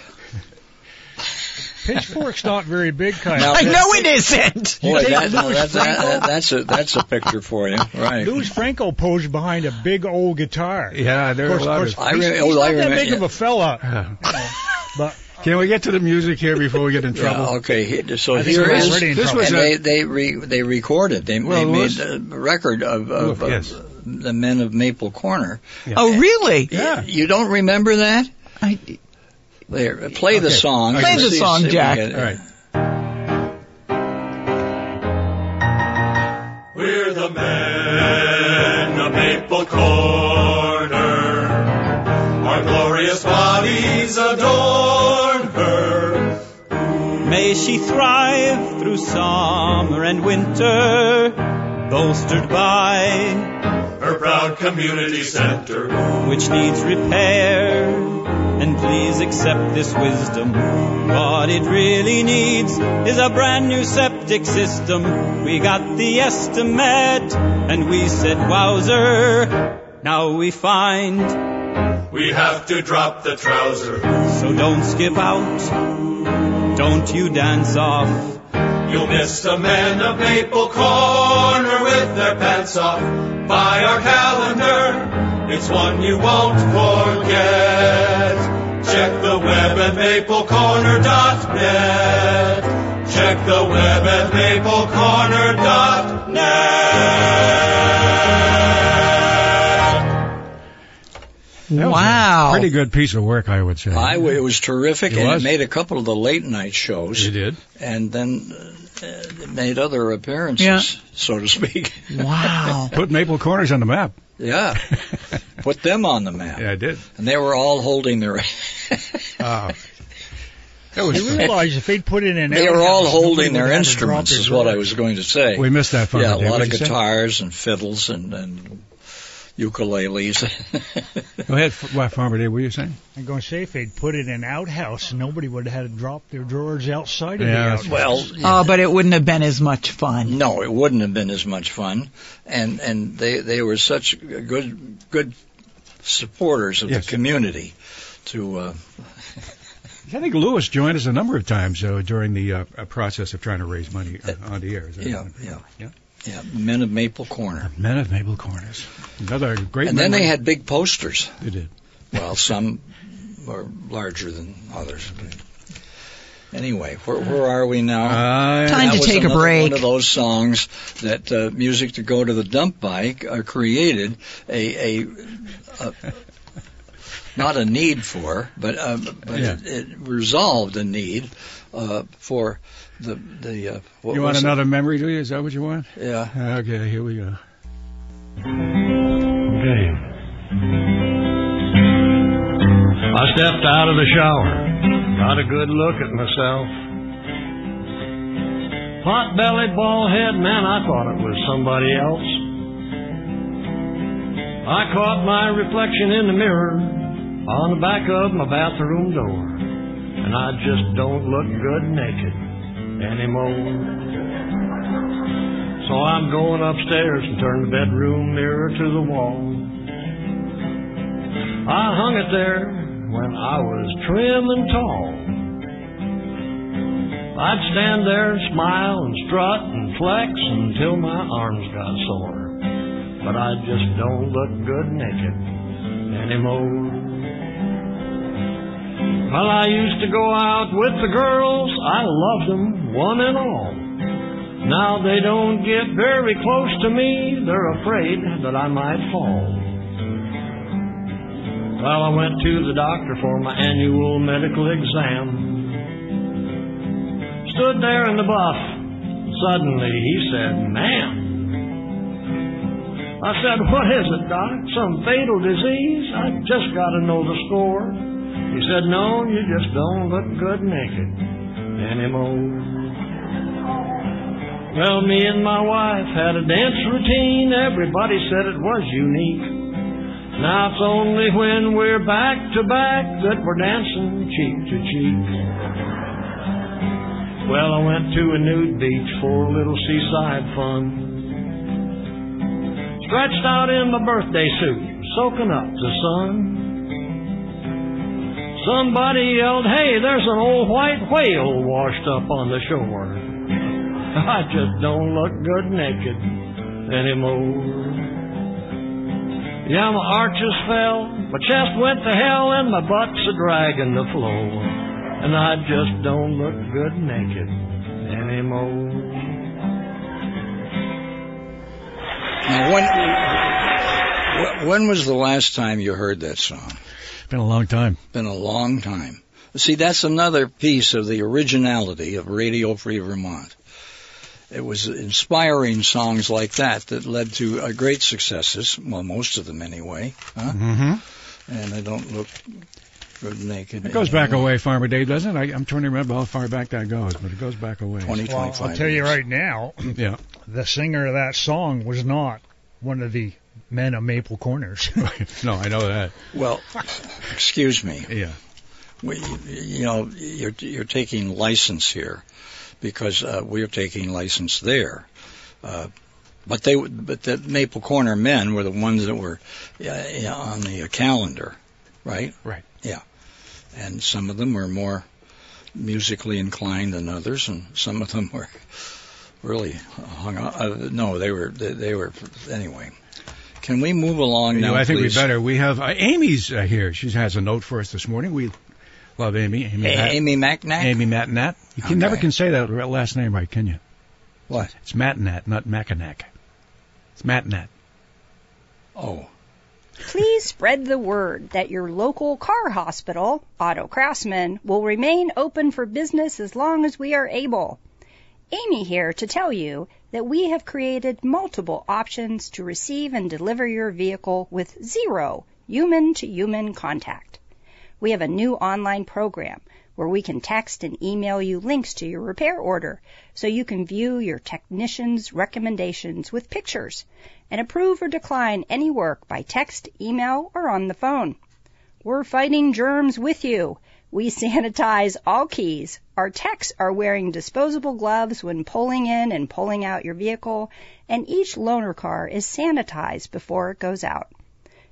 [SPEAKER 6] Pitchfork's not very big, Kyle.
[SPEAKER 2] Now-
[SPEAKER 3] I know it isn't.
[SPEAKER 2] Boy, that,
[SPEAKER 6] Louis
[SPEAKER 2] that's, that, that's a that's a picture for you, right?
[SPEAKER 6] Louis Franco posed behind a big old guitar.
[SPEAKER 1] Yeah, there
[SPEAKER 6] Of
[SPEAKER 1] were
[SPEAKER 6] course,
[SPEAKER 1] a lot
[SPEAKER 6] of course.
[SPEAKER 1] of.
[SPEAKER 2] I
[SPEAKER 6] he's,
[SPEAKER 2] re- oh,
[SPEAKER 6] he's
[SPEAKER 2] I
[SPEAKER 6] not that
[SPEAKER 2] remember-
[SPEAKER 6] big of a fella.
[SPEAKER 1] Uh,
[SPEAKER 6] But
[SPEAKER 1] Can we get to the music here before we get in
[SPEAKER 2] Yeah,
[SPEAKER 1] trouble?
[SPEAKER 2] okay, he- so
[SPEAKER 6] I think
[SPEAKER 2] here
[SPEAKER 6] we're
[SPEAKER 2] is
[SPEAKER 6] already in
[SPEAKER 1] this
[SPEAKER 6] trouble.
[SPEAKER 1] was
[SPEAKER 2] and
[SPEAKER 1] a-
[SPEAKER 2] they they re, they recorded. They,
[SPEAKER 1] Well,
[SPEAKER 2] they
[SPEAKER 1] it
[SPEAKER 2] made
[SPEAKER 1] was-
[SPEAKER 2] a record of, of,
[SPEAKER 1] Look, yes.
[SPEAKER 2] of the men of Maple Corner.
[SPEAKER 3] Oh, really?
[SPEAKER 1] Yeah.
[SPEAKER 2] You don't remember that?
[SPEAKER 3] I,
[SPEAKER 2] There, play the
[SPEAKER 1] Okay.
[SPEAKER 2] song.
[SPEAKER 1] Play
[SPEAKER 2] and
[SPEAKER 1] the
[SPEAKER 2] see-
[SPEAKER 3] song,
[SPEAKER 2] see if we
[SPEAKER 3] Jack.
[SPEAKER 2] get it.
[SPEAKER 1] All right.
[SPEAKER 4] We're the men of Maple Corner. Our glorious bodies adorn her.
[SPEAKER 8] May she thrive through summer and winter, bolstered by
[SPEAKER 4] Her proud community center.
[SPEAKER 8] which needs repair. And please accept this wisdom. What it really needs is a brand new septic system. We got the estimate, and we said, Wowzer. Now we find,
[SPEAKER 4] We have to drop the trouser.
[SPEAKER 8] so don't skip out. Don't you dance off.
[SPEAKER 4] You'll miss the men of Maple Corner with their pants off. By our calendar, it's one you won't forget. Check the web at maplecorner.net. Check the web at maplecorner.net.
[SPEAKER 1] That was a
[SPEAKER 3] Wow.
[SPEAKER 1] Pretty good piece of work, I would say.
[SPEAKER 2] I w- it was terrific,
[SPEAKER 1] It
[SPEAKER 2] and
[SPEAKER 1] was.
[SPEAKER 2] it made a couple of the late night shows,
[SPEAKER 1] You did.
[SPEAKER 2] and then uh, it made other appearances,
[SPEAKER 3] Yeah.
[SPEAKER 2] so to speak.
[SPEAKER 3] wow.
[SPEAKER 1] Put Maple Corners on the map.
[SPEAKER 2] yeah, put them on the map,
[SPEAKER 1] Yeah, I did.
[SPEAKER 2] and they were all holding their.
[SPEAKER 1] Wow. That was
[SPEAKER 6] you
[SPEAKER 1] fun.
[SPEAKER 6] realize if they'd put in an
[SPEAKER 2] They were all
[SPEAKER 6] outhouse, nobody
[SPEAKER 2] holding
[SPEAKER 6] would
[SPEAKER 2] their
[SPEAKER 6] have to drop
[SPEAKER 2] instruments,
[SPEAKER 6] their
[SPEAKER 2] is what I
[SPEAKER 6] drugs.
[SPEAKER 2] was going to say.
[SPEAKER 1] We missed that fun.
[SPEAKER 2] yeah, a
[SPEAKER 1] Dave.
[SPEAKER 2] lot of
[SPEAKER 1] What'd you say?
[SPEAKER 2] guitars and fiddles and, and ukuleles.
[SPEAKER 1] Go ahead, F- why, Farmer Dave, what were you saying?
[SPEAKER 6] I'm going to say if they'd put in an outhouse, nobody would have had to drop their drawers outside of
[SPEAKER 1] Yeah,
[SPEAKER 6] the
[SPEAKER 1] that's-
[SPEAKER 6] outhouse.
[SPEAKER 2] well,
[SPEAKER 3] Oh, but it wouldn't have been as much fun.
[SPEAKER 2] no, it wouldn't have been as much fun, and and they they were such good good supporters of
[SPEAKER 1] Yes.
[SPEAKER 2] the community. To
[SPEAKER 1] I
[SPEAKER 2] uh,
[SPEAKER 1] think Lewis joined us a number of times uh, during the uh, uh, process of trying to raise money uh, on the air. Is that
[SPEAKER 2] yeah,
[SPEAKER 1] right?
[SPEAKER 2] yeah,
[SPEAKER 1] Yeah.
[SPEAKER 2] yeah, men of Maple Corner,
[SPEAKER 1] Men of Maple Corners. Another great
[SPEAKER 2] and then
[SPEAKER 1] memory.
[SPEAKER 2] they had big posters.
[SPEAKER 1] They did.
[SPEAKER 2] Well, some are larger than others. Anyway, where, where are we now?
[SPEAKER 1] Uh,
[SPEAKER 3] Time
[SPEAKER 2] that
[SPEAKER 3] to
[SPEAKER 2] was
[SPEAKER 3] take a
[SPEAKER 2] another
[SPEAKER 3] break.
[SPEAKER 2] One of those songs that uh, music to go to the dump by uh, created a, a, a not a need for, but um, but
[SPEAKER 1] Yeah.
[SPEAKER 2] it, it resolved a need uh, for the the. Uh, what
[SPEAKER 1] you want
[SPEAKER 2] was it?
[SPEAKER 1] another memory, do you? Is that what you want?
[SPEAKER 2] Yeah.
[SPEAKER 1] Okay, here we go.
[SPEAKER 9] Okay. I stepped out of the shower, got a good look at myself. Pot bellied bald head, man, I thought it was somebody else. I caught my reflection in the mirror on the back of my bathroom door, and I just don't look good naked anymore. So I'm going upstairs and turn the bedroom mirror to the wall. I hung it there when I was trim and tall. I'd stand there and smile and strut and flex until my arms got sore. But I just don't look good naked anymore. Well, I used to go out with the girls. I loved them, one and all. Now they don't get very close to me. They're afraid that I might fall. Well, I went to the doctor for my annual medical exam. Stood there in the buff. Suddenly he said, Ma'am. I said, What is it, Doc? Some fatal disease? I just got to know the score. He said, No, you just don't look good naked anymore. Well, me and my wife had a dance routine. Everybody said it was unique. Now it's only when we're back to back that we're dancing cheek to cheek. Well, I went to a nude beach for a little seaside fun. Stretched out in my birthday suit, soaking up the sun. Somebody yelled, Hey, there's an old white whale washed up on the shore. I just don't look good naked anymore. Yeah, my arches fell, my chest went to hell, and my butt's a dragging the floor. And I just don't look good naked anymore.
[SPEAKER 2] Now, when wh- when was the last time you heard that song?
[SPEAKER 1] It's been a long time.
[SPEAKER 2] Been a long time. See, that's another piece of the originality of Radio Free Vermont. It was inspiring songs like that that led to uh, great successes. Well, most of them anyway. Huh?
[SPEAKER 1] Mm-hmm.
[SPEAKER 2] And I don't look good naked.
[SPEAKER 1] It goes back
[SPEAKER 2] anymore.
[SPEAKER 1] away, Farmer Dave, doesn't it? I, I'm trying to remember how far back that goes, but it goes back away.
[SPEAKER 2] 20,
[SPEAKER 6] Well,
[SPEAKER 2] 25
[SPEAKER 6] I'll tell you
[SPEAKER 2] years.
[SPEAKER 6] right now,
[SPEAKER 1] Yeah.
[SPEAKER 6] the singer of that song was not one of the men of Maple Corners.
[SPEAKER 1] no, I know that.
[SPEAKER 2] Well, excuse me.
[SPEAKER 1] Yeah.
[SPEAKER 2] We, you know, you're, you're taking license here because uh, we're taking license there. Uh, but they, but the Maple Corner men were the ones that were uh, on the calendar, right?
[SPEAKER 1] Right.
[SPEAKER 2] Yeah. And some of them were more musically inclined than others, and some of them were really hung up. Uh, no, they were, they, they were, anyway. Can we move along now?
[SPEAKER 1] I think
[SPEAKER 2] please?
[SPEAKER 1] we better. We have uh, Amy's uh, here. She has a note for us this morning. We love Amy. Amy,
[SPEAKER 2] A-
[SPEAKER 1] Matt,
[SPEAKER 2] Amy Macnack?
[SPEAKER 1] Amy Matinat. You can, never
[SPEAKER 2] Okay.
[SPEAKER 1] can say that last name right, can you?
[SPEAKER 2] What?
[SPEAKER 1] It's Matinat, not Mackinac. It's Matinat.
[SPEAKER 2] Oh.
[SPEAKER 10] Please spread the word that your local car hospital, Auto Craftsman, will remain open for business as long as we are able. Amy here to tell you that we have created multiple options to receive and deliver your vehicle with zero human to human contact. We have a new online program where we can text and email you links to your repair order so you can view your technician's recommendations with pictures and approve or decline any work by text, email, or on the phone. We're fighting germs with you. We sanitize all keys. Our techs are wearing disposable gloves when pulling in and pulling out your vehicle, and each loaner car is sanitized before it goes out.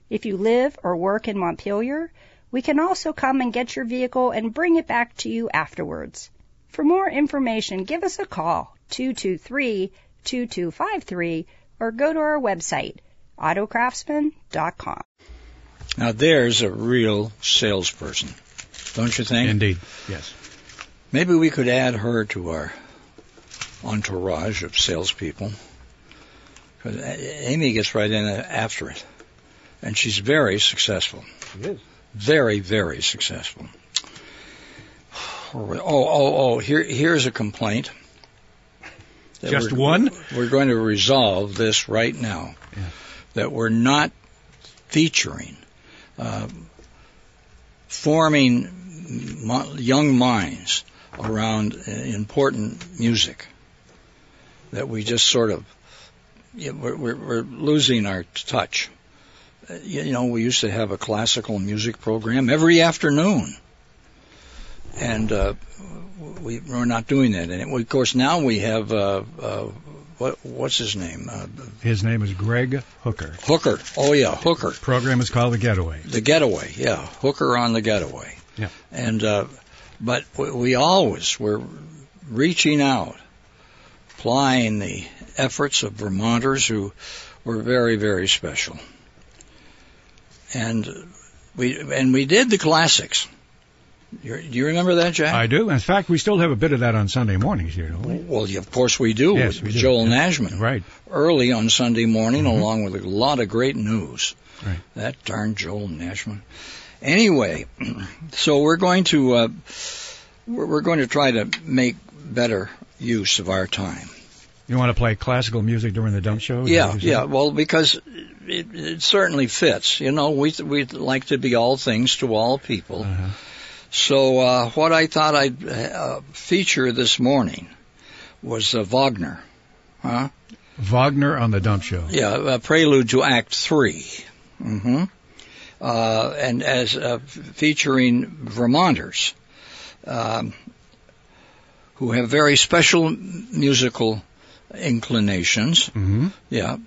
[SPEAKER 10] If you live or work in Montpelier, we can also come and get your vehicle and bring it back to you afterwards. For more information, give us a call 223 2253 or go to our website, autocraftsman.com.
[SPEAKER 2] Now there's a real salesperson. don't you think?
[SPEAKER 1] Indeed. Yes.
[SPEAKER 2] Maybe we could add her to our entourage of salespeople. Because Amy gets right in after it. And she's very successful.
[SPEAKER 1] She is.
[SPEAKER 2] Very, very successful. Oh, oh, oh, here, here's a complaint.
[SPEAKER 1] Just one?
[SPEAKER 2] We're going to resolve this right now.
[SPEAKER 1] Yeah.
[SPEAKER 2] That we're not featuring, uh, forming mo- young minds around uh, important music. That we just sort of, yeah, we're, we're, we're losing our touch. Uh, You you know, we used to have a classical music program every afternoon. And uh, we, we're not doing that. And of course, now we have, uh, uh, what, what's his name? Uh,
[SPEAKER 1] His name is Greg Hooker.
[SPEAKER 2] Hooker. Oh, yeah, Hooker.
[SPEAKER 1] Program is called The Getaway.
[SPEAKER 2] The getaway, yeah, Hooker on the getaway.
[SPEAKER 1] Yeah.
[SPEAKER 2] And uh, but we, we always were reaching out, applying the efforts of Vermonters who were very very special. And we and we did the classics. You're, do you remember that, Jack?
[SPEAKER 1] I do. In fact, we still have a bit of that on Sunday mornings here, don't we?
[SPEAKER 2] well, yeah, of course we do
[SPEAKER 1] Yes,
[SPEAKER 2] with
[SPEAKER 1] we do.
[SPEAKER 2] Joel
[SPEAKER 1] Yeah.
[SPEAKER 2] Nashman
[SPEAKER 1] Right.
[SPEAKER 2] early on Sunday morning,
[SPEAKER 1] Mhm.
[SPEAKER 2] along with a lot of great news.
[SPEAKER 1] Right.
[SPEAKER 2] That darn Joel Nashman. Anyway, so we're going to uh, we're, we're going to try to make better use of our time.
[SPEAKER 1] You want to play classical music during the dump show? Oh, Is that
[SPEAKER 2] yeah,
[SPEAKER 1] what you
[SPEAKER 2] yeah.
[SPEAKER 1] said?
[SPEAKER 2] Well, because it, it certainly fits. You know, we we like to be all things to all people.
[SPEAKER 1] Uh-huh.
[SPEAKER 2] So uh, what I thought I'd uh, feature this morning was uh, Wagner. Huh?
[SPEAKER 1] Wagner on the dump show.
[SPEAKER 2] Yeah, a prelude to Act 3 Mm-hmm. Uh, and as uh, featuring Vermonters, um, who have very special musical inclinations.
[SPEAKER 1] Mm-hmm.
[SPEAKER 2] Yeah,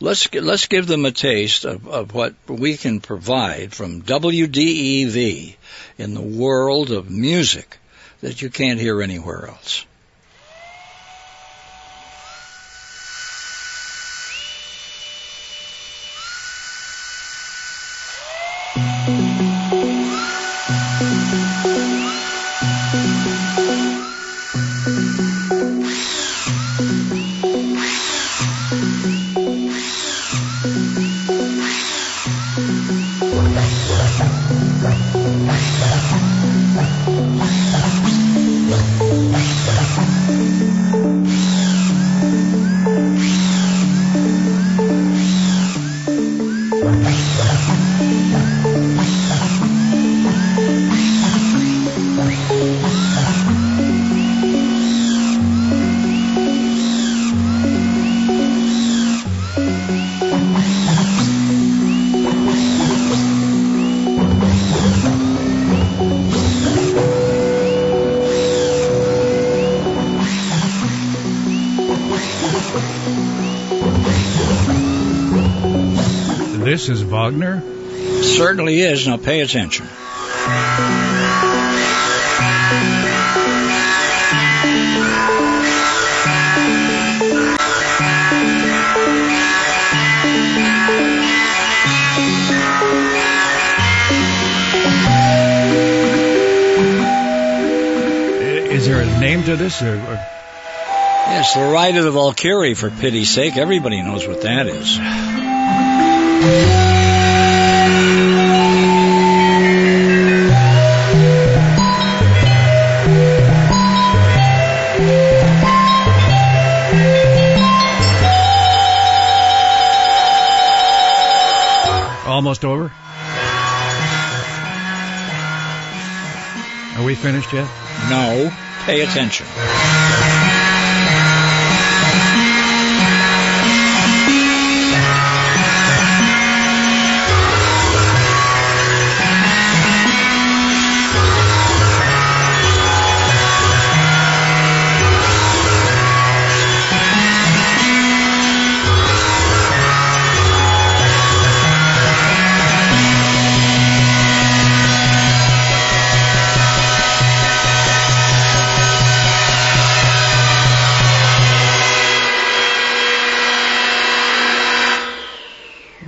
[SPEAKER 2] let's gi- let's give them a taste of, of what we can provide from WDEV in the world of music that you can't hear anywhere else.
[SPEAKER 1] This is Wagner.
[SPEAKER 2] Certainly is. Now pay attention.
[SPEAKER 1] I- Is there a name to this? Or, or-
[SPEAKER 2] It's the ride of the Valkyrie, for pity's sake. Everybody knows what that is.
[SPEAKER 1] almost over? Are we finished yet?
[SPEAKER 2] No, pay attention.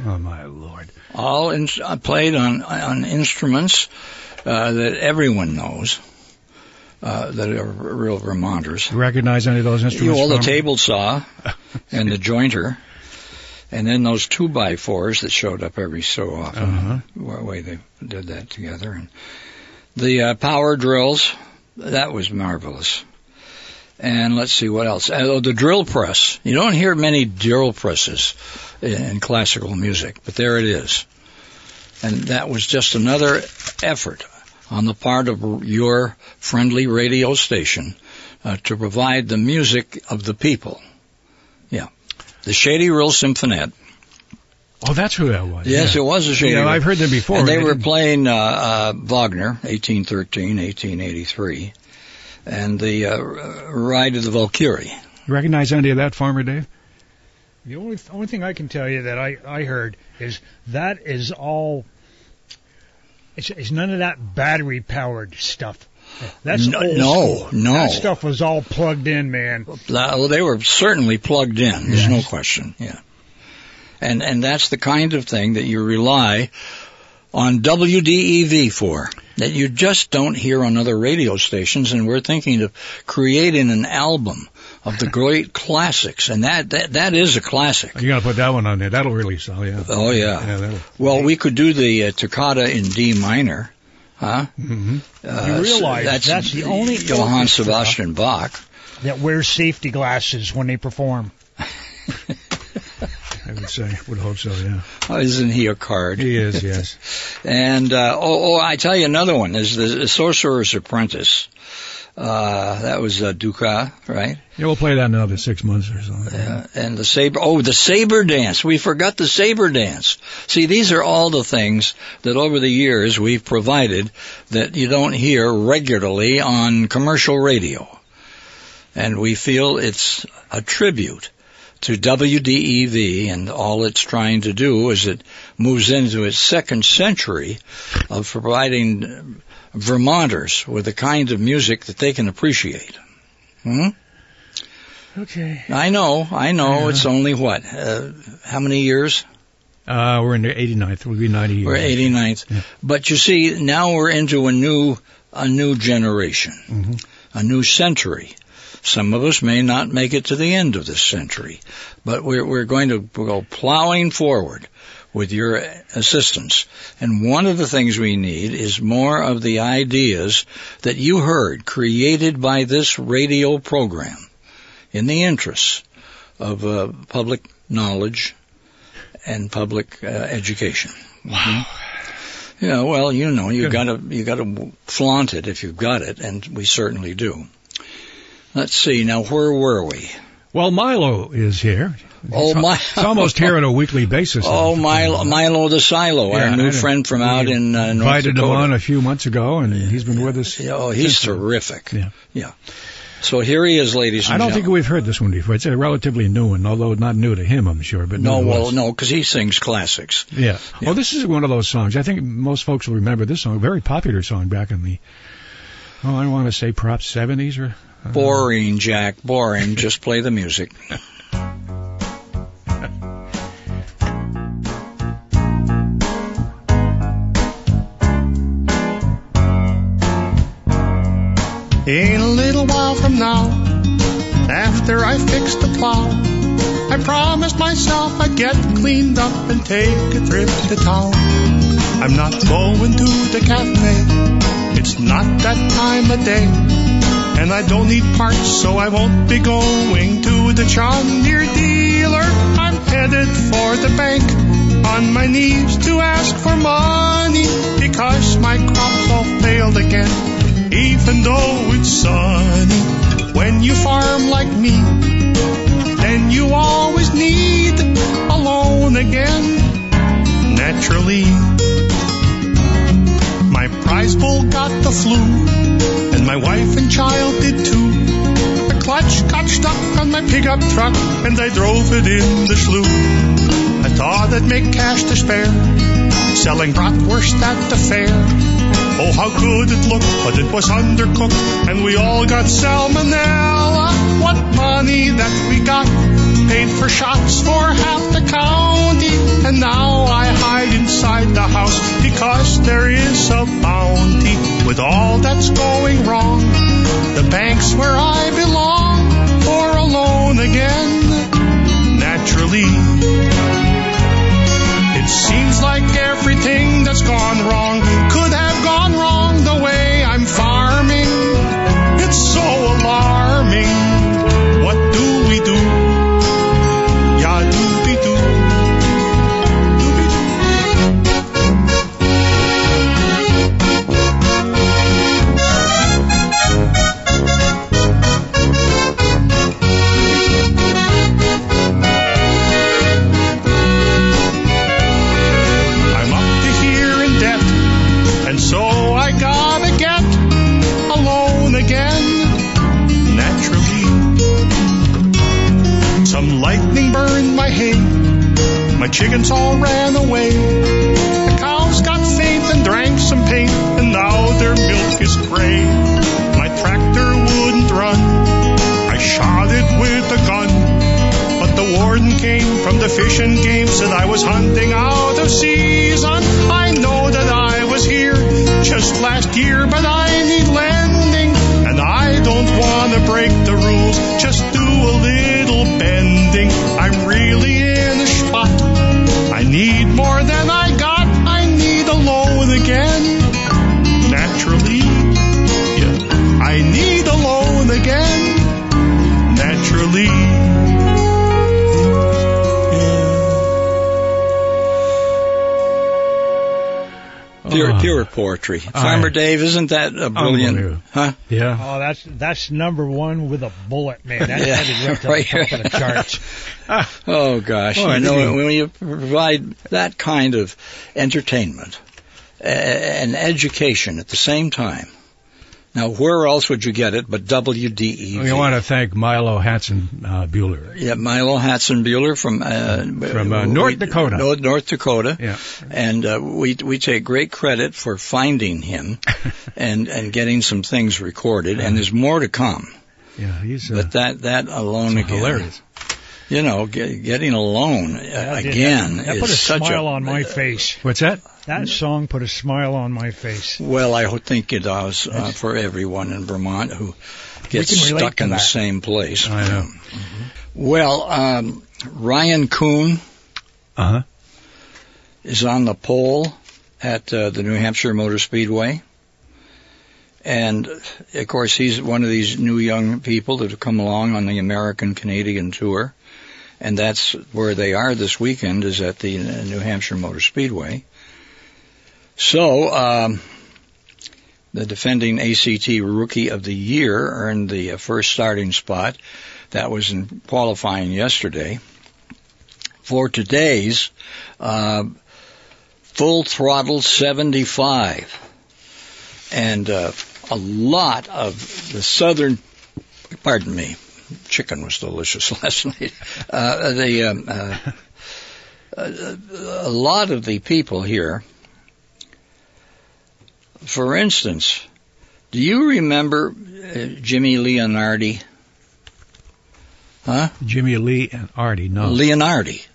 [SPEAKER 1] Lord.
[SPEAKER 2] All in, uh, played on on instruments uh, that everyone knows. Uh, that are real Vermonters.
[SPEAKER 1] You recognize any of those
[SPEAKER 2] You
[SPEAKER 1] instruments?
[SPEAKER 2] all the
[SPEAKER 1] from-
[SPEAKER 2] table saw and the jointer, and then those two by fours that showed up every so often.
[SPEAKER 1] Uh-huh.
[SPEAKER 2] What way they did that together, and the uh, power drills. That was marvelous. And let's see what else. Uh, oh, the drill press. You don't hear many drill presses in, in classical music, but there it is. And that was just another effort on the part of your friendly radio station uh, to provide the music of the people. Yeah. The Shady Rill Symphonette.
[SPEAKER 1] Oh, that's who that was.
[SPEAKER 2] Yes,
[SPEAKER 1] yeah.
[SPEAKER 2] it was the Shady
[SPEAKER 1] Yeah,
[SPEAKER 2] Rill.
[SPEAKER 1] I've heard them before.
[SPEAKER 2] And they were
[SPEAKER 1] didn't-
[SPEAKER 2] playing uh, uh, Wagner, 1813, 1883, and the uh, R- Ride of the Valkyrie.
[SPEAKER 1] You recognize any of that, Farmer Dave?
[SPEAKER 6] The only th- only thing I can tell you that I I heard is that is all. It's, it's none of that battery powered stuff. That's
[SPEAKER 2] No,
[SPEAKER 6] old
[SPEAKER 2] no,
[SPEAKER 6] school.
[SPEAKER 2] no.
[SPEAKER 6] That stuff was all plugged in, man.
[SPEAKER 2] Well, They were certainly plugged in. There's no question. Yeah. And and that's the kind of thing that you rely on WDEV for that you just don't hear on other radio stations. And we're thinking of creating an album of the great classics, and that that, that is a classic.
[SPEAKER 1] You got to put that one on there. That'll really sell, yeah.
[SPEAKER 2] Oh yeah.
[SPEAKER 1] Yeah, that'll.
[SPEAKER 2] Well, we could do the uh, toccata in D minor, huh?
[SPEAKER 1] hmm
[SPEAKER 2] Uh,
[SPEAKER 6] You
[SPEAKER 2] so
[SPEAKER 6] realize that's the only
[SPEAKER 2] Johann
[SPEAKER 6] orchestra-
[SPEAKER 2] Sebastian Bach.
[SPEAKER 6] That wears safety glasses when they perform.
[SPEAKER 1] I would say, would hope so, yeah.
[SPEAKER 2] Oh, isn't he a card?
[SPEAKER 1] He is, yes.
[SPEAKER 2] And uh, oh, oh, I tell you another one is the Sorcerer's Apprentice. Uh, that was uh, Duca, right?
[SPEAKER 1] Yeah, we'll play that in another six months or so.
[SPEAKER 2] Uh, and the saber. Oh, the saber dance. We forgot the saber dance. See, these are all the things that over the years we've provided that you don't hear regularly on commercial radio, and we feel it's a tribute. To WDEV and all it's trying to do is it moves into its second century of providing Vermonters with the kind of music that they can appreciate. Hmm?
[SPEAKER 1] Okay.
[SPEAKER 2] I know, I know.
[SPEAKER 1] Yeah.
[SPEAKER 2] It's only what? Uh, how many years?
[SPEAKER 1] Uh, we're in the 89th. We'll be 90 years.
[SPEAKER 2] We're 89th.
[SPEAKER 1] Yeah.
[SPEAKER 2] But you see, now we're into a new, a new generation,
[SPEAKER 1] Mhm.
[SPEAKER 2] a new century. Some of us may not make it to the end of this century, but we're, we're going to go plowing forward with your assistance. And one of the things we need is more of the ideas that you heard created by this radio program in the interests of uh, public knowledge and public uh, education. Wow. Yeah, well, you know, you
[SPEAKER 1] Good.
[SPEAKER 2] gotta you gotta flaunt it if you've got it, and we certainly do. Let's see. Now, where were we?
[SPEAKER 1] Well, Milo is here.
[SPEAKER 2] Oh,
[SPEAKER 1] It's al-
[SPEAKER 2] Milo.
[SPEAKER 1] It's almost here on a weekly basis.
[SPEAKER 2] Oh, Milo, Milo the Silo,
[SPEAKER 1] Yeah,
[SPEAKER 2] our
[SPEAKER 1] I
[SPEAKER 2] new
[SPEAKER 1] didn't-
[SPEAKER 2] friend from
[SPEAKER 1] we
[SPEAKER 2] out in uh, North
[SPEAKER 1] Invited him
[SPEAKER 2] Dakota.
[SPEAKER 1] on a few months ago, and he's been with us.
[SPEAKER 2] Yeah, Oh, he's
[SPEAKER 1] since then.
[SPEAKER 2] terrific.
[SPEAKER 1] Yeah.
[SPEAKER 2] So here he is, ladies and
[SPEAKER 1] I don't think
[SPEAKER 2] gentlemen.
[SPEAKER 1] we've heard this one before. It's a relatively new one, although not new to him, I'm sure. But
[SPEAKER 2] No, well,
[SPEAKER 1] nonetheless.
[SPEAKER 2] no, because he sings classics.
[SPEAKER 1] Yeah. Oh, this is one of those songs. I think most folks will remember this song. A very popular song back in the, oh, I want to say perhaps 70s or. I don't know.
[SPEAKER 2] Boring, Jack, boring. Just play the music.
[SPEAKER 11] In a little while from now, after I fix the plow, I promised myself I'd get cleaned up and take a trip to town. I'm not going to the cafe, it's not that time of day, and I don't need parts, so I won't be going to the John Deere dealer. I'm headed for the bank on my knees to ask for money because my crops all failed again even though it's sunny. When you farm like me, then you always need a loan again. Naturally, my prize bull got the flu, and my wife and child did too. The clutch got stuck on my pickup truck, and I drove it in the slough. I thought I'd make cash to spare, selling bratwurst at the fair. Oh, how good it looked, but it was undercooked, and we all got salmonella. what money that we got paid for shots for half the county. And now I hide inside the house because there is a bounty. With all that's going wrong, the bank's where I belong or alone again. Naturally. It seems like everything that's gone wrong could have gone wrong the way I'm farming. It's so alarming. What do we do? Ya doopy doo. Doopy I'm up to here in debt, and so I gotta get a loan again, naturally. Some lightning burned my hay, my chickens all ran away. The cows got faint and drank some paint, and now their milk is gray. My tractor wouldn't run, I shot it with a gun. But the warden came from the fishing game, said I was hunting out of season. I know that I was here just last year, but I need landing. And I don't want to break the rules, just do a little bending. I'm really in a spot. I need more than I got. I need a loan again. Naturally, yeah. I need a loan again. Naturally.
[SPEAKER 1] Ah.
[SPEAKER 2] Pure, pure poetry. Farmer Dave, isn't that a brilliant? Huh?
[SPEAKER 1] Yeah.
[SPEAKER 6] Oh, that's that's number one with a bullet, man. That
[SPEAKER 2] Yeah,
[SPEAKER 6] headed right to
[SPEAKER 2] right
[SPEAKER 6] the top of the
[SPEAKER 2] here.
[SPEAKER 6] charts.
[SPEAKER 2] Oh gosh,
[SPEAKER 6] Oh,
[SPEAKER 2] I
[SPEAKER 6] indeed.
[SPEAKER 2] know when you provide that kind of entertainment a- and education at the same time. Now, where else would you get it but E WDEV?
[SPEAKER 1] We want to thank Milo Hanson uh, Bueller.
[SPEAKER 2] Yeah, Milo Hatson Bueller from uh,
[SPEAKER 1] From, uh,
[SPEAKER 2] we-
[SPEAKER 1] North Dakota.
[SPEAKER 2] North, North Dakota.
[SPEAKER 1] Yeah.
[SPEAKER 2] and uh, we we take great credit for finding him and and getting some things recorded. And there's more to come.
[SPEAKER 1] Yeah, he's uh,
[SPEAKER 2] But that that alone
[SPEAKER 1] it's
[SPEAKER 2] again,
[SPEAKER 1] hilarious.
[SPEAKER 2] you know, get, getting a loan uh,
[SPEAKER 6] That did-
[SPEAKER 2] again
[SPEAKER 6] that, that
[SPEAKER 2] is
[SPEAKER 6] put a
[SPEAKER 2] such
[SPEAKER 6] smile
[SPEAKER 2] a
[SPEAKER 6] on my face.
[SPEAKER 1] What's that?
[SPEAKER 6] That song put a smile on my face.
[SPEAKER 2] Well, I ho- think it does uh, for everyone in Vermont who gets
[SPEAKER 6] can relate
[SPEAKER 2] stuck
[SPEAKER 6] to
[SPEAKER 2] in the
[SPEAKER 6] that.
[SPEAKER 2] same place.
[SPEAKER 1] I know.
[SPEAKER 2] Well, um, Ryan Kuhn
[SPEAKER 1] Uh huh.
[SPEAKER 2] is on the pole at uh, the New Hampshire Motor Speedway. And of course, he's one of these new young people that have come along on the American Canadian tour. And that's where they are this weekend is at the uh, New Hampshire Motor Speedway. So, um, the defending ACT Rookie of the Year earned the uh, first starting spot. That was in qualifying yesterday. For today's uh, full throttle 75 and uh, a lot of the southern pardon me chicken was delicious last night uh, the um, uh, uh, a lot of the people here for instance do you remember uh, Jimmy Leonardi huh
[SPEAKER 1] Jimmy Lee and Artie. No,
[SPEAKER 2] Leonardi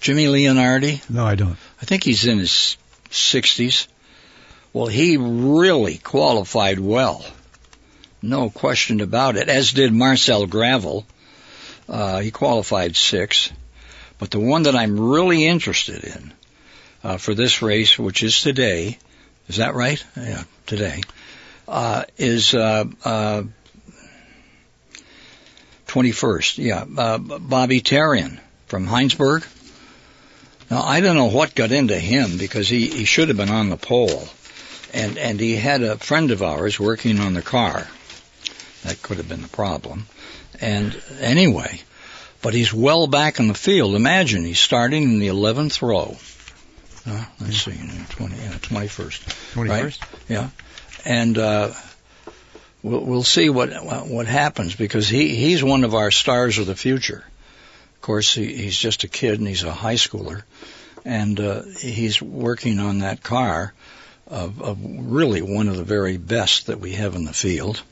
[SPEAKER 2] Jimmy Leonardi
[SPEAKER 1] no, I don't.
[SPEAKER 2] I think he's in his 60s. Well, he really qualified well. No question about it, as did Marcel Gravel. Uh, he qualified sixth. But the one that I'm really interested in uh, for this race, which is today, is that right? Yeah, today, uh, is uh, uh, 21st. Yeah, uh, Bobby Tarian from Heinsberg. Now I don't know what got into him because he, he should have been on the pole, and and he had a friend of ours working on the car. That could have been the problem. And anyway, but he's well back in the field. Imagine he's starting in the eleventh row. Uh, let's see, twenty, yeah, twenty-first, twenty-first, yeah, and uh, we'll we'll see what what happens because he he's one of our stars of the future. Of course, he, he's just a kid and he's a high schooler, and uh, he's working on that car of, of really one of the very best that we have in the field.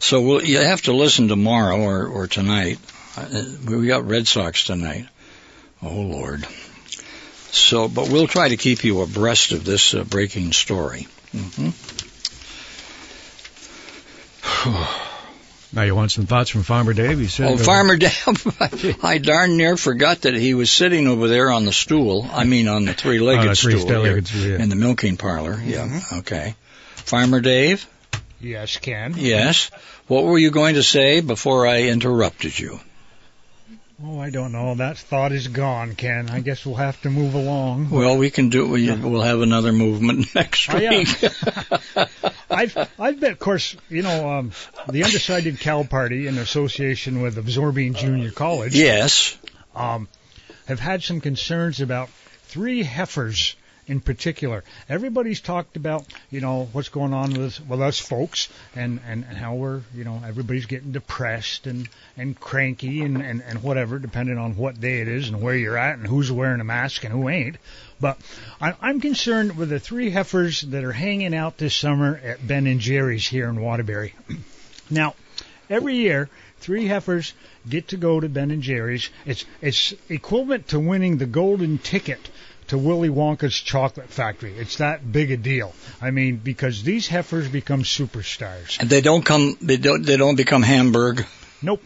[SPEAKER 2] So we'll, you have to listen tomorrow or, or tonight. Uh, We got Red Sox tonight. Oh Lord. So, but we'll try to keep you abreast of this uh, breaking story. hmm
[SPEAKER 1] Now you want some thoughts from Farmer Dave? You said
[SPEAKER 2] Oh, Farmer Dave, I darn near forgot that he was sitting over there on the stool. I mean, on the three-legged
[SPEAKER 1] On a
[SPEAKER 2] stool here
[SPEAKER 1] three-legged stool, yeah. Mm-hmm.
[SPEAKER 2] in the milking parlor. Yeah. Okay. Farmer Dave,
[SPEAKER 6] Yes, Ken.
[SPEAKER 2] yes. What were you going to say before I interrupted you?
[SPEAKER 6] Oh, I don't know. That thought is gone, Ken. I guess we'll have to move along.
[SPEAKER 2] Well, we can do. We, We'll have another movement next
[SPEAKER 6] Oh,
[SPEAKER 2] week.
[SPEAKER 6] yeah. I've I've been, of course, you know, um, the undecided Cal Party in association with Absorbing Junior College.
[SPEAKER 2] Yes.
[SPEAKER 6] um, have had some concerns about three heifers in particular. Everybody's talked about, you know, what's going on with, with us folks and, and, and how we're, you know, everybody's getting depressed and, and cranky and, and, and whatever, depending on what day it is and where you're at and who's wearing a mask and who ain't. But I, I'm concerned with the three heifers that are hanging out this summer at Ben and Jerry's here in Waterbury. Now, every year, three heifers get to go to Ben and Jerry's. It's it's equivalent to winning the golden ticket to Willy Wonka's chocolate factory. It's that big a deal. I mean, because these heifers become superstars.
[SPEAKER 2] And they don't come. They don't. They don't become Hamburg.
[SPEAKER 6] Nope.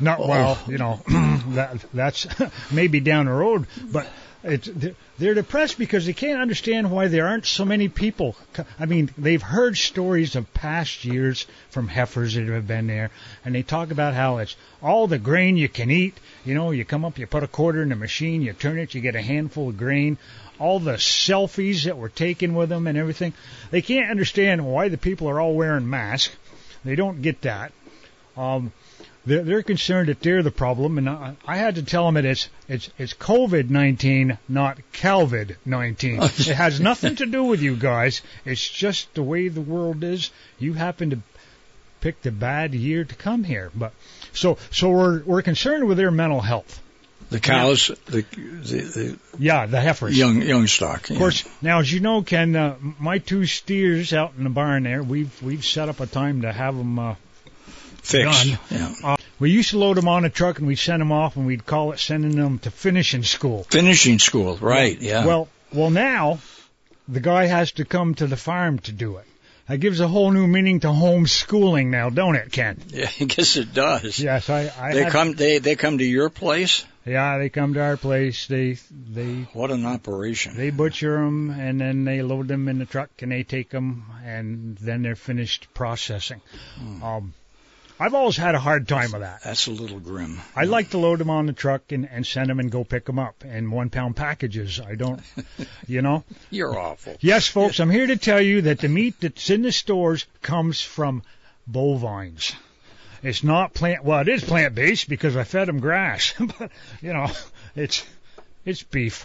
[SPEAKER 6] Not well, you know. that that's maybe down the road, but it's they're- they're depressed because they can't understand why there aren't so many people. co- I mean, they've heard stories of past years from heifers that have been there, and they talk about how it's all the grain you can eat. You know, you come up, you put a quarter in the machine, you turn it, you get a handful of grain. All the selfies that were taken with them and everything. They can't understand why the people are all wearing masks. They don't get that. Um, they're, they're concerned that they're the problem, and I, I had to tell them that it's it's it's COVID nineteen, not Calvid nineteen. it has nothing to do with you guys. It's just the way the world is. You happen to pick the bad year to come here, but so so we're we're concerned with their mental health.
[SPEAKER 2] The cows. The, the,
[SPEAKER 6] Yeah, the
[SPEAKER 2] the
[SPEAKER 6] heifers.
[SPEAKER 2] young young stock.
[SPEAKER 6] Of course, now as you know, Ken, uh, my two steers out in the barn there, we've we've set up a time to have them uh,
[SPEAKER 2] Fixed.
[SPEAKER 6] done.
[SPEAKER 2] Yeah.
[SPEAKER 6] Uh, we used to load them on a truck and we'd send them off and we'd call it sending them to finishing school.
[SPEAKER 2] Finishing school. Right. Yeah.
[SPEAKER 6] Well, well now the guy has to come to the farm to do it. That gives a whole new meaning to homeschooling now, don't it, Ken?
[SPEAKER 2] Yeah, I guess it does.
[SPEAKER 6] Yes, I. I
[SPEAKER 2] They
[SPEAKER 6] had-
[SPEAKER 2] come. They they come to your place.
[SPEAKER 6] Yeah, they come to our place. They they
[SPEAKER 2] What an operation!
[SPEAKER 6] they butcher them and then they load them in the truck and they take them and then they're finished processing. Um, I've always had a hard time with that.
[SPEAKER 2] Hmm. That's a little grim.
[SPEAKER 6] I like to load them on the truck and, and send them and go pick them up in one pound packages. I don't, you know.
[SPEAKER 2] You're awful.
[SPEAKER 6] Yes, folks, I'm here to tell you that the meat that's in the stores comes from bovines. It's not plant. Well, it is plant based because I fed them grass, but you know, it's it's beef.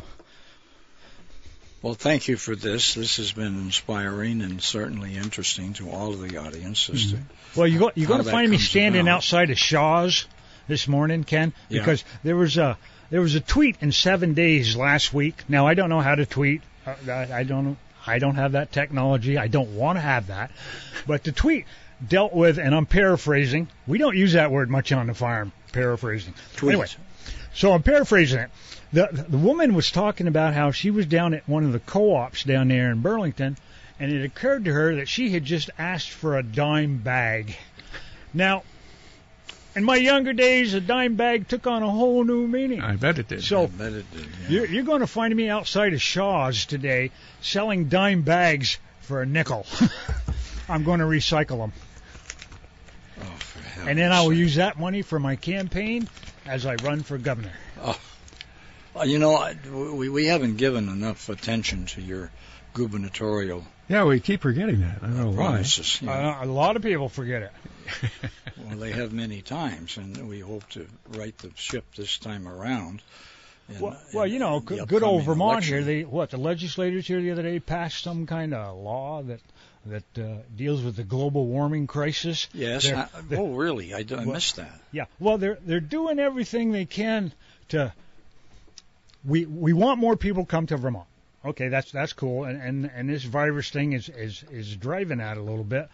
[SPEAKER 2] Well, thank you for this. This has been inspiring and certainly interesting to all of the audience. as to-
[SPEAKER 6] Well, you go, you're
[SPEAKER 2] How
[SPEAKER 6] going to
[SPEAKER 2] that
[SPEAKER 6] find me
[SPEAKER 2] comes
[SPEAKER 6] standing
[SPEAKER 2] about.
[SPEAKER 6] outside of Shaw's this morning, Ken,
[SPEAKER 2] Yeah.
[SPEAKER 6] because there was a there was a tweet in seven days last week. Now I don't know how to tweet. Uh, I, I don't I don't have that technology. I don't want to have that. But the tweet dealt with, and I'm paraphrasing. We don't use that word much on the farm. Paraphrasing.
[SPEAKER 2] Tweet.
[SPEAKER 6] Anyway, so I'm paraphrasing it. The, the woman was talking about how she was down at one of the co-ops down there in Burlington, and it occurred to her that she had just asked for a dime bag. Now, in my younger days, a dime bag took on a whole new meaning.
[SPEAKER 1] I bet it did.
[SPEAKER 2] I
[SPEAKER 6] So
[SPEAKER 2] bet it did. yeah.
[SPEAKER 6] you're, you're going to find me outside of Shaw's today selling dime bags for a nickel. I'm going to recycle them.
[SPEAKER 2] Oh, for heaven's
[SPEAKER 6] And then I will
[SPEAKER 2] sake.
[SPEAKER 6] use that money for my campaign as I run for governor.
[SPEAKER 2] Ah. Uh, You know, I- we we haven't given enough attention to your gubernatorial
[SPEAKER 1] yeah, we keep forgetting that. I don't know why.
[SPEAKER 2] promises. you know.
[SPEAKER 6] Uh, a lot of people forget it.
[SPEAKER 2] Well, they have many times, and we hope to right the ship this time around. in-
[SPEAKER 6] Well, well,
[SPEAKER 2] in
[SPEAKER 6] you know,
[SPEAKER 2] the
[SPEAKER 6] good, good old
[SPEAKER 2] upcoming
[SPEAKER 6] Vermont
[SPEAKER 2] election.
[SPEAKER 6] here. They what the legislators here the other day passed some kind of law that that uh, deals with the global warming crisis.
[SPEAKER 2] Yes.
[SPEAKER 6] They're-
[SPEAKER 2] I,
[SPEAKER 6] they're-
[SPEAKER 2] oh, really? I, d- I missed that.
[SPEAKER 6] yeah. Well, they're they're doing everything they can to. We we want more people come to Vermont. Okay, that's that's cool, and and, and this virus thing is, is is driving that a little bit,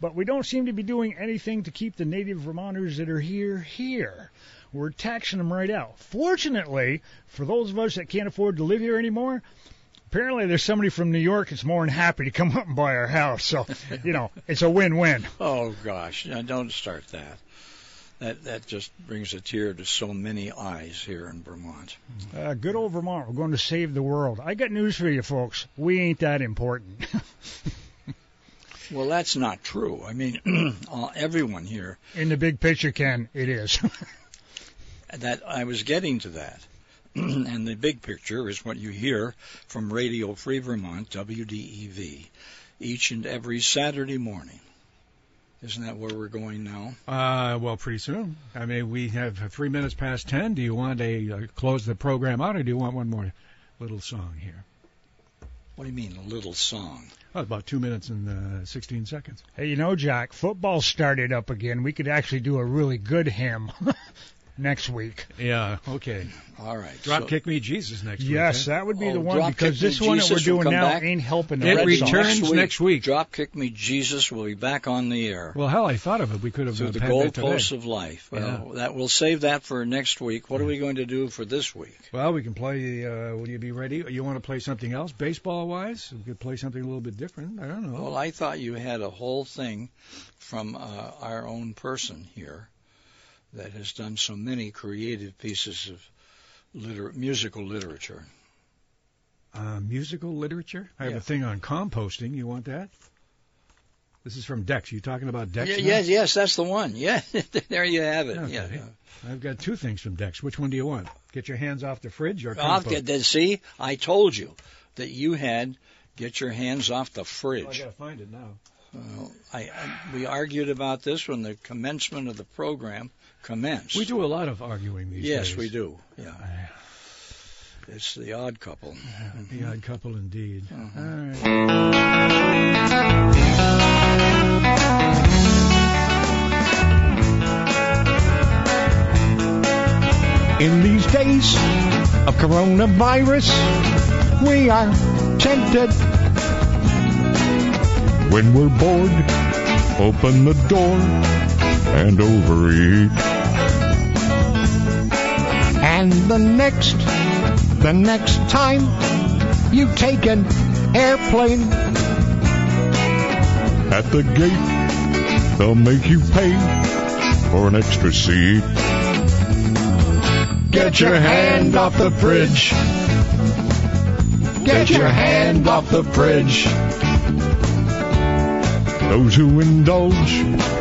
[SPEAKER 6] but we don't seem to be doing anything to keep the native Vermonters that are here here. We're taxing them right out. Fortunately, for those of us that can't afford to live here anymore, apparently there's somebody from New York that's more than happy to come up and buy our house. So, you know, it's a win-win.
[SPEAKER 2] Oh gosh, now don't start that. That that just brings a tear to so many eyes here in Vermont.
[SPEAKER 6] Uh, good old Vermont, we're going to save the world. I got news for you, folks. We ain't that important.
[SPEAKER 2] well, that's not true. I mean, all, everyone here
[SPEAKER 6] in the big picture, Ken, it is.
[SPEAKER 2] that I was getting to that. and the big picture is what you hear from Radio Free Vermont, WDEV, each and every Saturday morning. Isn't that where we're going now?
[SPEAKER 1] Uh, well, pretty soon. I mean, we have three minutes past ten. Do you want to uh, close the program out, or do you want one more little song here?
[SPEAKER 2] What do you mean, a little song?
[SPEAKER 1] Oh, about two minutes and uh, 16 seconds.
[SPEAKER 6] Hey, you know, Jack, football started up again. We could actually do a really good hymn. next week.
[SPEAKER 1] Yeah. Okay.
[SPEAKER 2] All right.
[SPEAKER 1] Drop so, kick me Jesus next
[SPEAKER 6] yes,
[SPEAKER 1] week.
[SPEAKER 6] Yes, that would be oh, the one because this one Jesus that we're doing now back. ain't helping the
[SPEAKER 1] it
[SPEAKER 6] Red
[SPEAKER 1] returns
[SPEAKER 6] Sox.
[SPEAKER 1] next week.
[SPEAKER 2] Drop kick me Jesus will be back on the air.
[SPEAKER 1] Well, hell, I thought of it. We could have
[SPEAKER 2] through the
[SPEAKER 1] goalposts
[SPEAKER 2] of life. Well, yeah. that we'll save that for next week. What are we going to do for this week?
[SPEAKER 1] Well, we can play. Uh, will you be ready? You want to play something else, baseball wise? We could play something a little bit different. I don't know.
[SPEAKER 2] Well, I thought you had a whole thing from uh, our own person here that has done so many creative pieces of liter- musical literature.
[SPEAKER 1] Uh, musical literature? I have yeah. a thing on composting. You want that? This is from Dex. You talking about Dex?
[SPEAKER 2] Yeah, yes, yes, that's the one. Yeah, there you have it. Okay. Yeah.
[SPEAKER 1] I've got two things from Dex. Which one do you want? Get your hands off the fridge or
[SPEAKER 2] compost? I'll get See, I told you that you had get your hands off the fridge. Oh, I
[SPEAKER 1] gotta find it now.
[SPEAKER 2] Well, I, I, we argued about this when the commencement of the program commenced.
[SPEAKER 1] We do a lot of arguing these
[SPEAKER 2] yes,
[SPEAKER 1] days.
[SPEAKER 2] Yes, we do. Yeah. It's the odd couple. Mm-hmm.
[SPEAKER 1] The odd couple indeed.
[SPEAKER 6] Mm-hmm.
[SPEAKER 1] Uh-huh. Right.
[SPEAKER 12] In these days of coronavirus, we are tempted when we're bored, open the door and overeat. And the next, the next time you take an airplane at the gate, they'll make you pay for an extra seat. Get your hand off the fridge. Get your hand off the fridge. Those who indulge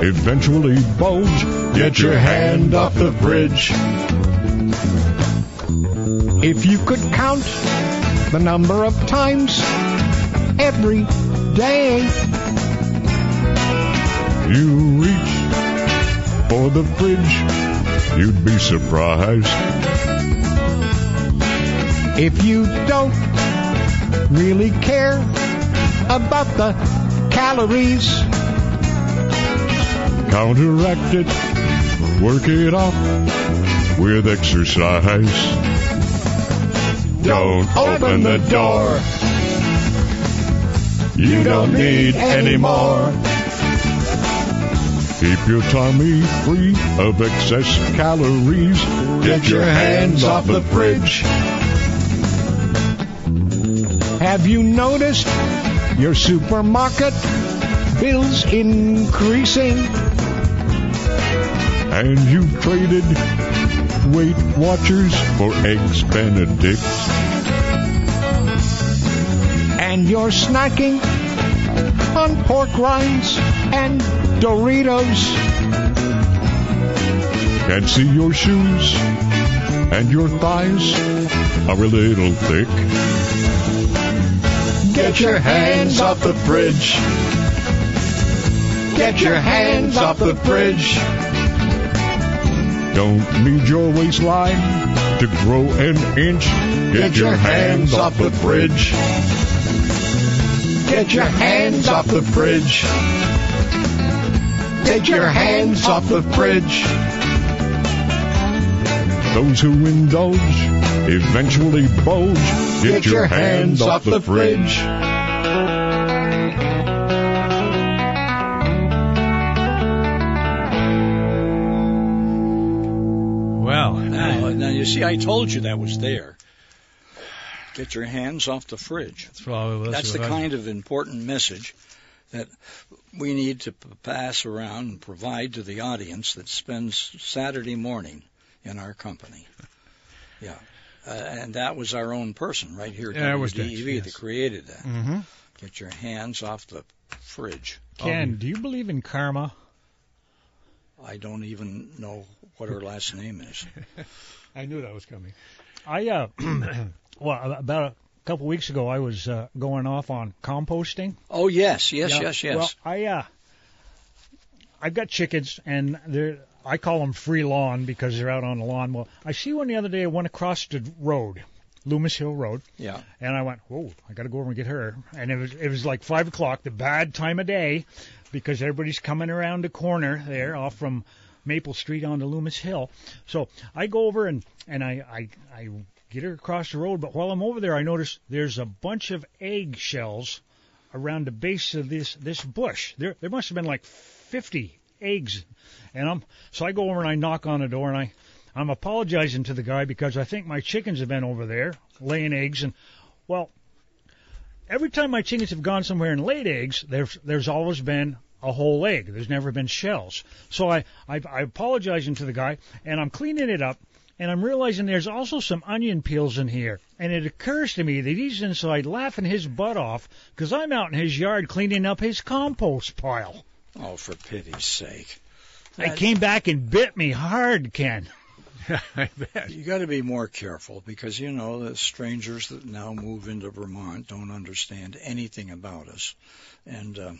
[SPEAKER 12] eventually bulge. Get your hand off the bridge. If you could count the number of times every day you reach for the fridge, you'd be surprised. If you don't really care about the calories. Counteract it, work it off with exercise. Don't open the door. You don't need any more. Keep your tummy free of excess calories. Get your hands off the fridge. Have you noticed? your supermarket bills increasing. And you traded Weight Watchers for Eggs Benedict. And you're snacking on pork rinds and Doritos. Can see your shoes and your thighs are a little thick. Get your hands off the fridge. Get your hands off the fridge. Don't need your waistline to grow an inch. Get, Get your, your hands, hands off the fridge. Get your hands off the fridge. Get your hands off the fridge. Those who indulge eventually bulge. Get, Get your, your hands, hands off, off the fridge. fridge.
[SPEAKER 2] You see, I told you that was there. Get your hands off the fridge.
[SPEAKER 1] That's, probably,
[SPEAKER 2] That's the
[SPEAKER 1] what I-
[SPEAKER 2] kind of important message that we need to p- pass around and provide to the audience that spends Saturday morning in our company. Yeah. Uh, and that was our own person right here at
[SPEAKER 1] Yeah, it was
[SPEAKER 2] WDEV
[SPEAKER 1] Dutch,
[SPEAKER 2] that created that.
[SPEAKER 1] Mm-hmm.
[SPEAKER 2] Get your hands off the fridge. Um,
[SPEAKER 6] Ken, do you believe in karma?
[SPEAKER 2] I don't even know what her last name is.
[SPEAKER 1] I knew that was coming.
[SPEAKER 6] I uh, well, about a couple weeks ago, I was uh, going off on composting.
[SPEAKER 2] Oh yes, yes,
[SPEAKER 6] Yeah.
[SPEAKER 2] yes, yes.
[SPEAKER 6] Well, I uh, I've got chickens, and they're I call them free lawn because they're out on the lawn. Well, I see one the other day. I went across the road, Loomis Hill Road,
[SPEAKER 2] yeah.
[SPEAKER 6] and I went, "Whoa, I got to go over and get her." And it was it was like five o'clock, the bad time of day, because everybody's coming around the corner there, off from Maple Street onto Loomis Hill. So I go over and and I I, I get her across the road. But while I'm over there, I notice there's a bunch of eggshells around the base of this this bush. There there must have been like 50 eggs, and I'm so I go over and I knock on the door and I I'm apologizing to the guy because I think my chickens have been over there laying eggs and well every time my chickens have gone somewhere and laid eggs there's there's always been a whole egg. There's never been shells. So I I, I apologizing to the guy and I'm cleaning it up. And I'm realizing there's also some onion peels in here. And it occurs to me that he's inside laughing his butt off because I'm out in his yard cleaning up his compost pile.
[SPEAKER 2] Oh, for pity's sake.
[SPEAKER 6] It came back and bit me hard, Ken.
[SPEAKER 1] I bet.
[SPEAKER 2] You got to be more careful because you know the strangers that now move into Vermont don't understand anything about us, and um,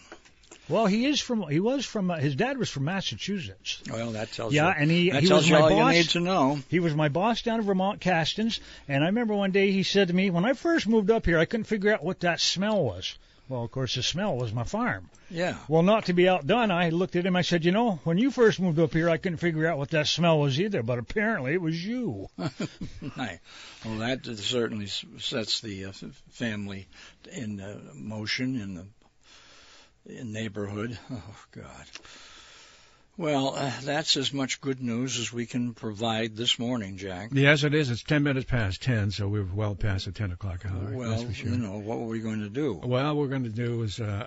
[SPEAKER 6] Well, he is from. He was from. Uh, his dad was from Massachusetts.
[SPEAKER 2] well, that tells
[SPEAKER 6] Yeah,
[SPEAKER 2] you.
[SPEAKER 6] and he,
[SPEAKER 2] that
[SPEAKER 6] he
[SPEAKER 2] tells
[SPEAKER 6] was
[SPEAKER 2] you
[SPEAKER 6] my
[SPEAKER 2] all
[SPEAKER 6] boss.
[SPEAKER 2] you need to know.
[SPEAKER 6] He was my boss down in Vermont Castings, and I remember one day he said to me, "When I first moved up here, I couldn't figure out what that smell was." Well, of course, the smell was my farm.
[SPEAKER 2] Yeah,
[SPEAKER 6] Well, not to be outdone, I looked at him. I said, "You know, when you first moved up here, I couldn't figure out what that smell was either, but apparently it was you."
[SPEAKER 2] Aye. well, that certainly s- sets the uh, f- family in uh, motion in the in neighborhood. Oh God. Well, uh, that's as much good news as we can provide this morning, Jack.
[SPEAKER 1] Yes, it is. It's ten minutes past ten, so we're well past the ten o'clock hour.
[SPEAKER 2] well,
[SPEAKER 1] that's for sure.
[SPEAKER 2] you know, what were we going to do?
[SPEAKER 1] Well, we're going to do is uh,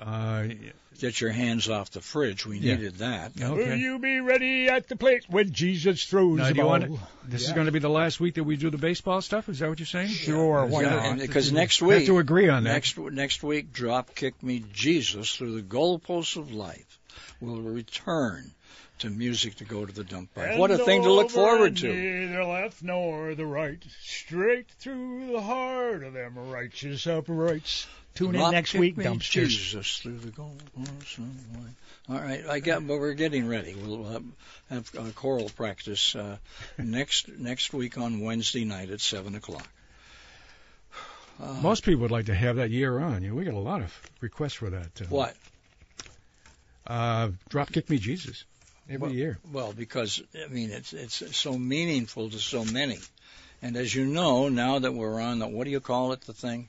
[SPEAKER 1] uh,
[SPEAKER 2] Get your hands off the fridge. We
[SPEAKER 1] Yeah.
[SPEAKER 2] needed that.
[SPEAKER 6] Will
[SPEAKER 1] okay.
[SPEAKER 6] you be ready at the plate when Jesus throws
[SPEAKER 1] Now,
[SPEAKER 6] the
[SPEAKER 1] do you
[SPEAKER 6] ball?
[SPEAKER 1] want to, this is
[SPEAKER 6] Yeah.
[SPEAKER 1] going to be the last week that we do the baseball stuff. Is that what you're saying?
[SPEAKER 6] Sure,
[SPEAKER 1] Is
[SPEAKER 6] why
[SPEAKER 1] that-
[SPEAKER 6] not?
[SPEAKER 2] And because next
[SPEAKER 1] We have
[SPEAKER 2] week,
[SPEAKER 1] to agree on that.
[SPEAKER 2] next next week, drop kick me Jesus through the goalposts of life. We'll return to music to go to the dump. By.
[SPEAKER 6] And
[SPEAKER 2] What a thing to look
[SPEAKER 6] over
[SPEAKER 2] forward
[SPEAKER 6] and
[SPEAKER 2] to.
[SPEAKER 6] Neither left nor the right, straight through the heart of them righteous uprights. Tune in
[SPEAKER 2] Drop
[SPEAKER 6] next
[SPEAKER 2] kick
[SPEAKER 6] week,
[SPEAKER 2] me
[SPEAKER 6] dumpsters.
[SPEAKER 2] Jesus through the goalposts of life. All right, I got. But we're getting ready. We'll uh, have uh, choral practice uh, next next week on Wednesday night at seven o'clock. Uh,
[SPEAKER 1] Most people would like to have that year on. You know, we get a lot of requests for that. Uh,
[SPEAKER 2] what?
[SPEAKER 1] Uh, drop kick me, Jesus. Every
[SPEAKER 2] Well-
[SPEAKER 1] year.
[SPEAKER 2] Well, because I mean, it's it's so meaningful to so many, and as you know, now that we're on the what do you call it, the thing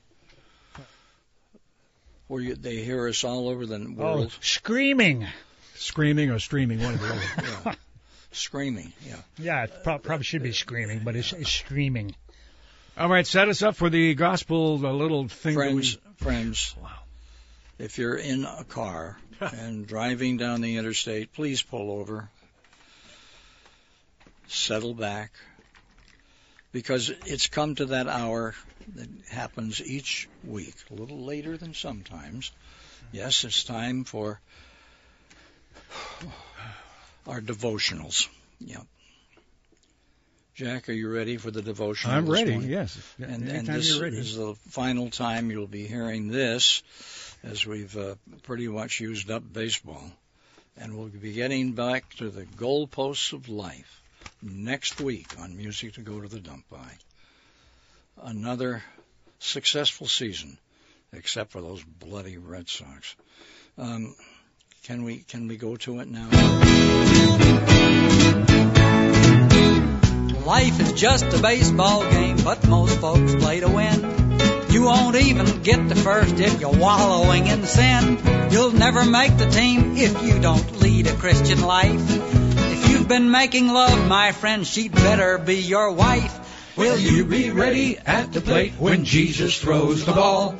[SPEAKER 2] where you, they hear us all over the
[SPEAKER 6] Oh,
[SPEAKER 2] world
[SPEAKER 6] screaming.
[SPEAKER 1] Screaming or streaming, one of the other.
[SPEAKER 2] yeah, screaming. Yeah,
[SPEAKER 6] Yeah, it prob- probably should be screaming, but it's, it's streaming.
[SPEAKER 1] All right, set us up for the gospel, the little thing
[SPEAKER 2] friends,
[SPEAKER 1] that
[SPEAKER 2] friends.
[SPEAKER 1] Wow.
[SPEAKER 2] If you're in a car and driving down the interstate, please pull over, settle back, because it's come to that hour that happens each week, a little later than sometimes. Yes, it's time for our devotionals. Yep. Jack, are you ready for the
[SPEAKER 1] we.
[SPEAKER 2] devotional?
[SPEAKER 1] I'm
[SPEAKER 2] this
[SPEAKER 1] ready,
[SPEAKER 2] morning?
[SPEAKER 1] yes.
[SPEAKER 2] And,
[SPEAKER 1] Anytime
[SPEAKER 2] and this
[SPEAKER 1] you're ready.
[SPEAKER 2] is the final time you'll be hearing this, as we've uh, pretty much used up baseball. And we'll be getting back to the goalposts of life next week on Music to Go to the Dump By. Another successful season, except for those bloody Red Sox. Um, can we can we go to it now?
[SPEAKER 8] Life is just a baseball game, but most folks play to win. You won't even get to first if you're wallowing in sin. You'll never make the team if you don't lead a Christian life. If you've been making love, my friend, she'd better be your wife.
[SPEAKER 13] Will you be ready at the plate when Jesus throws the ball?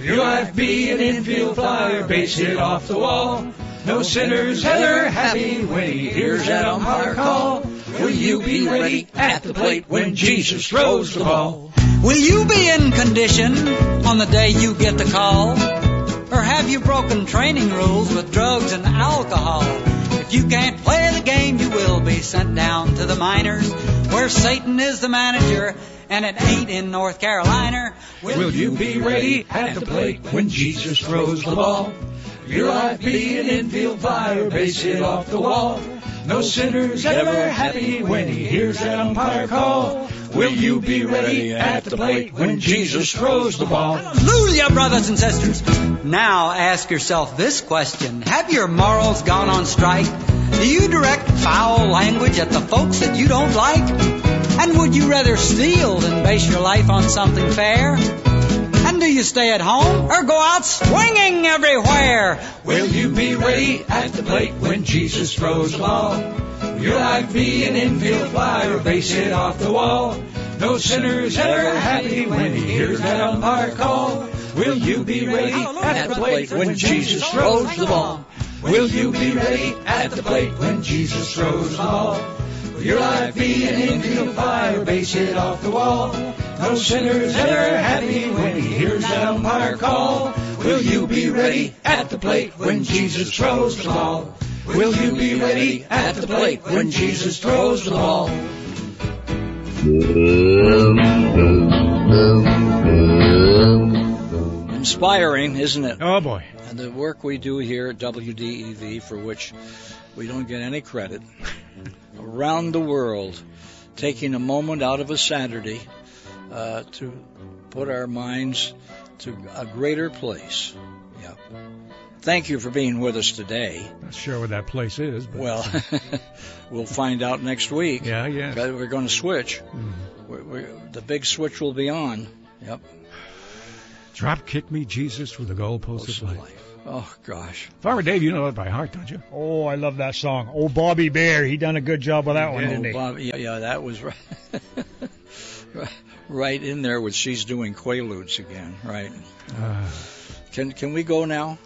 [SPEAKER 13] You might be an infield flyer, base hit off the wall. No sinner's ever happy when he hears that umpire call. Will you be ready at the plate when Jesus throws the ball?
[SPEAKER 14] Will you be in condition on the day you get the call? Or have you broken training rules with drugs and alcohol? If you can't play the game, you will be sent down to the minors, where Satan is the manager, and it ain't in North Carolina.
[SPEAKER 13] Will you be ready at the plate when Jesus throws the ball? Your life be an infield flyer, base hit off the wall. No sinner's ever happy when he hears that umpire call. Will you be ready at the plate when Jesus throws the ball?
[SPEAKER 14] Hallelujah, brothers and sisters. Now ask yourself this question. Have your morals gone on strike? Do you direct foul language at the folks that you don't like? And would you rather steal than base your life on something fair? And do you stay at home or go out swinging everywhere?
[SPEAKER 13] Will you be ready at the plate when Jesus throws the ball? Your life be an infield flyer, base hit off the wall. No sinner's ever happy when he hears that umpire call. Will you be ready at the plate when Jesus throws the ball? Will you be ready at the plate when Jesus throws the ball? Will your life be an infield flyer, base hit off the wall? No sinner's ever happy when he hears that umpire call. Will you be ready at the plate when Jesus throws the ball? Will you be ready at the plate when Jesus throws the ball?
[SPEAKER 2] Inspiring, isn't it?
[SPEAKER 1] Oh boy.
[SPEAKER 2] And the work we do here at WDEV, for which we don't get any credit, around the world, taking a moment out of a Saturday uh, to put our minds to a greater place. Yeah. Thank you for being with us today.
[SPEAKER 1] Not sure where that place is, but
[SPEAKER 2] Well, we'll find out next week.
[SPEAKER 1] Yeah, yeah. Mm-hmm.
[SPEAKER 2] 'Cause We're going to switch. We're, we're, the big switch will be on. Yep.
[SPEAKER 1] drop kick me Jesus with the goalpost of life.
[SPEAKER 2] Oh gosh.
[SPEAKER 1] Farmer Dave, you know that by heart, don't you?
[SPEAKER 6] Oh, I love that song. Oh, Bobby Bear, he done a good job with that one,
[SPEAKER 2] Oh,
[SPEAKER 6] didn't he?
[SPEAKER 2] Bob, yeah, yeah, that was right, right
[SPEAKER 6] Uh.
[SPEAKER 2] in there with she's doing quaaludes again, right?
[SPEAKER 1] Ah.
[SPEAKER 2] Can can we go now?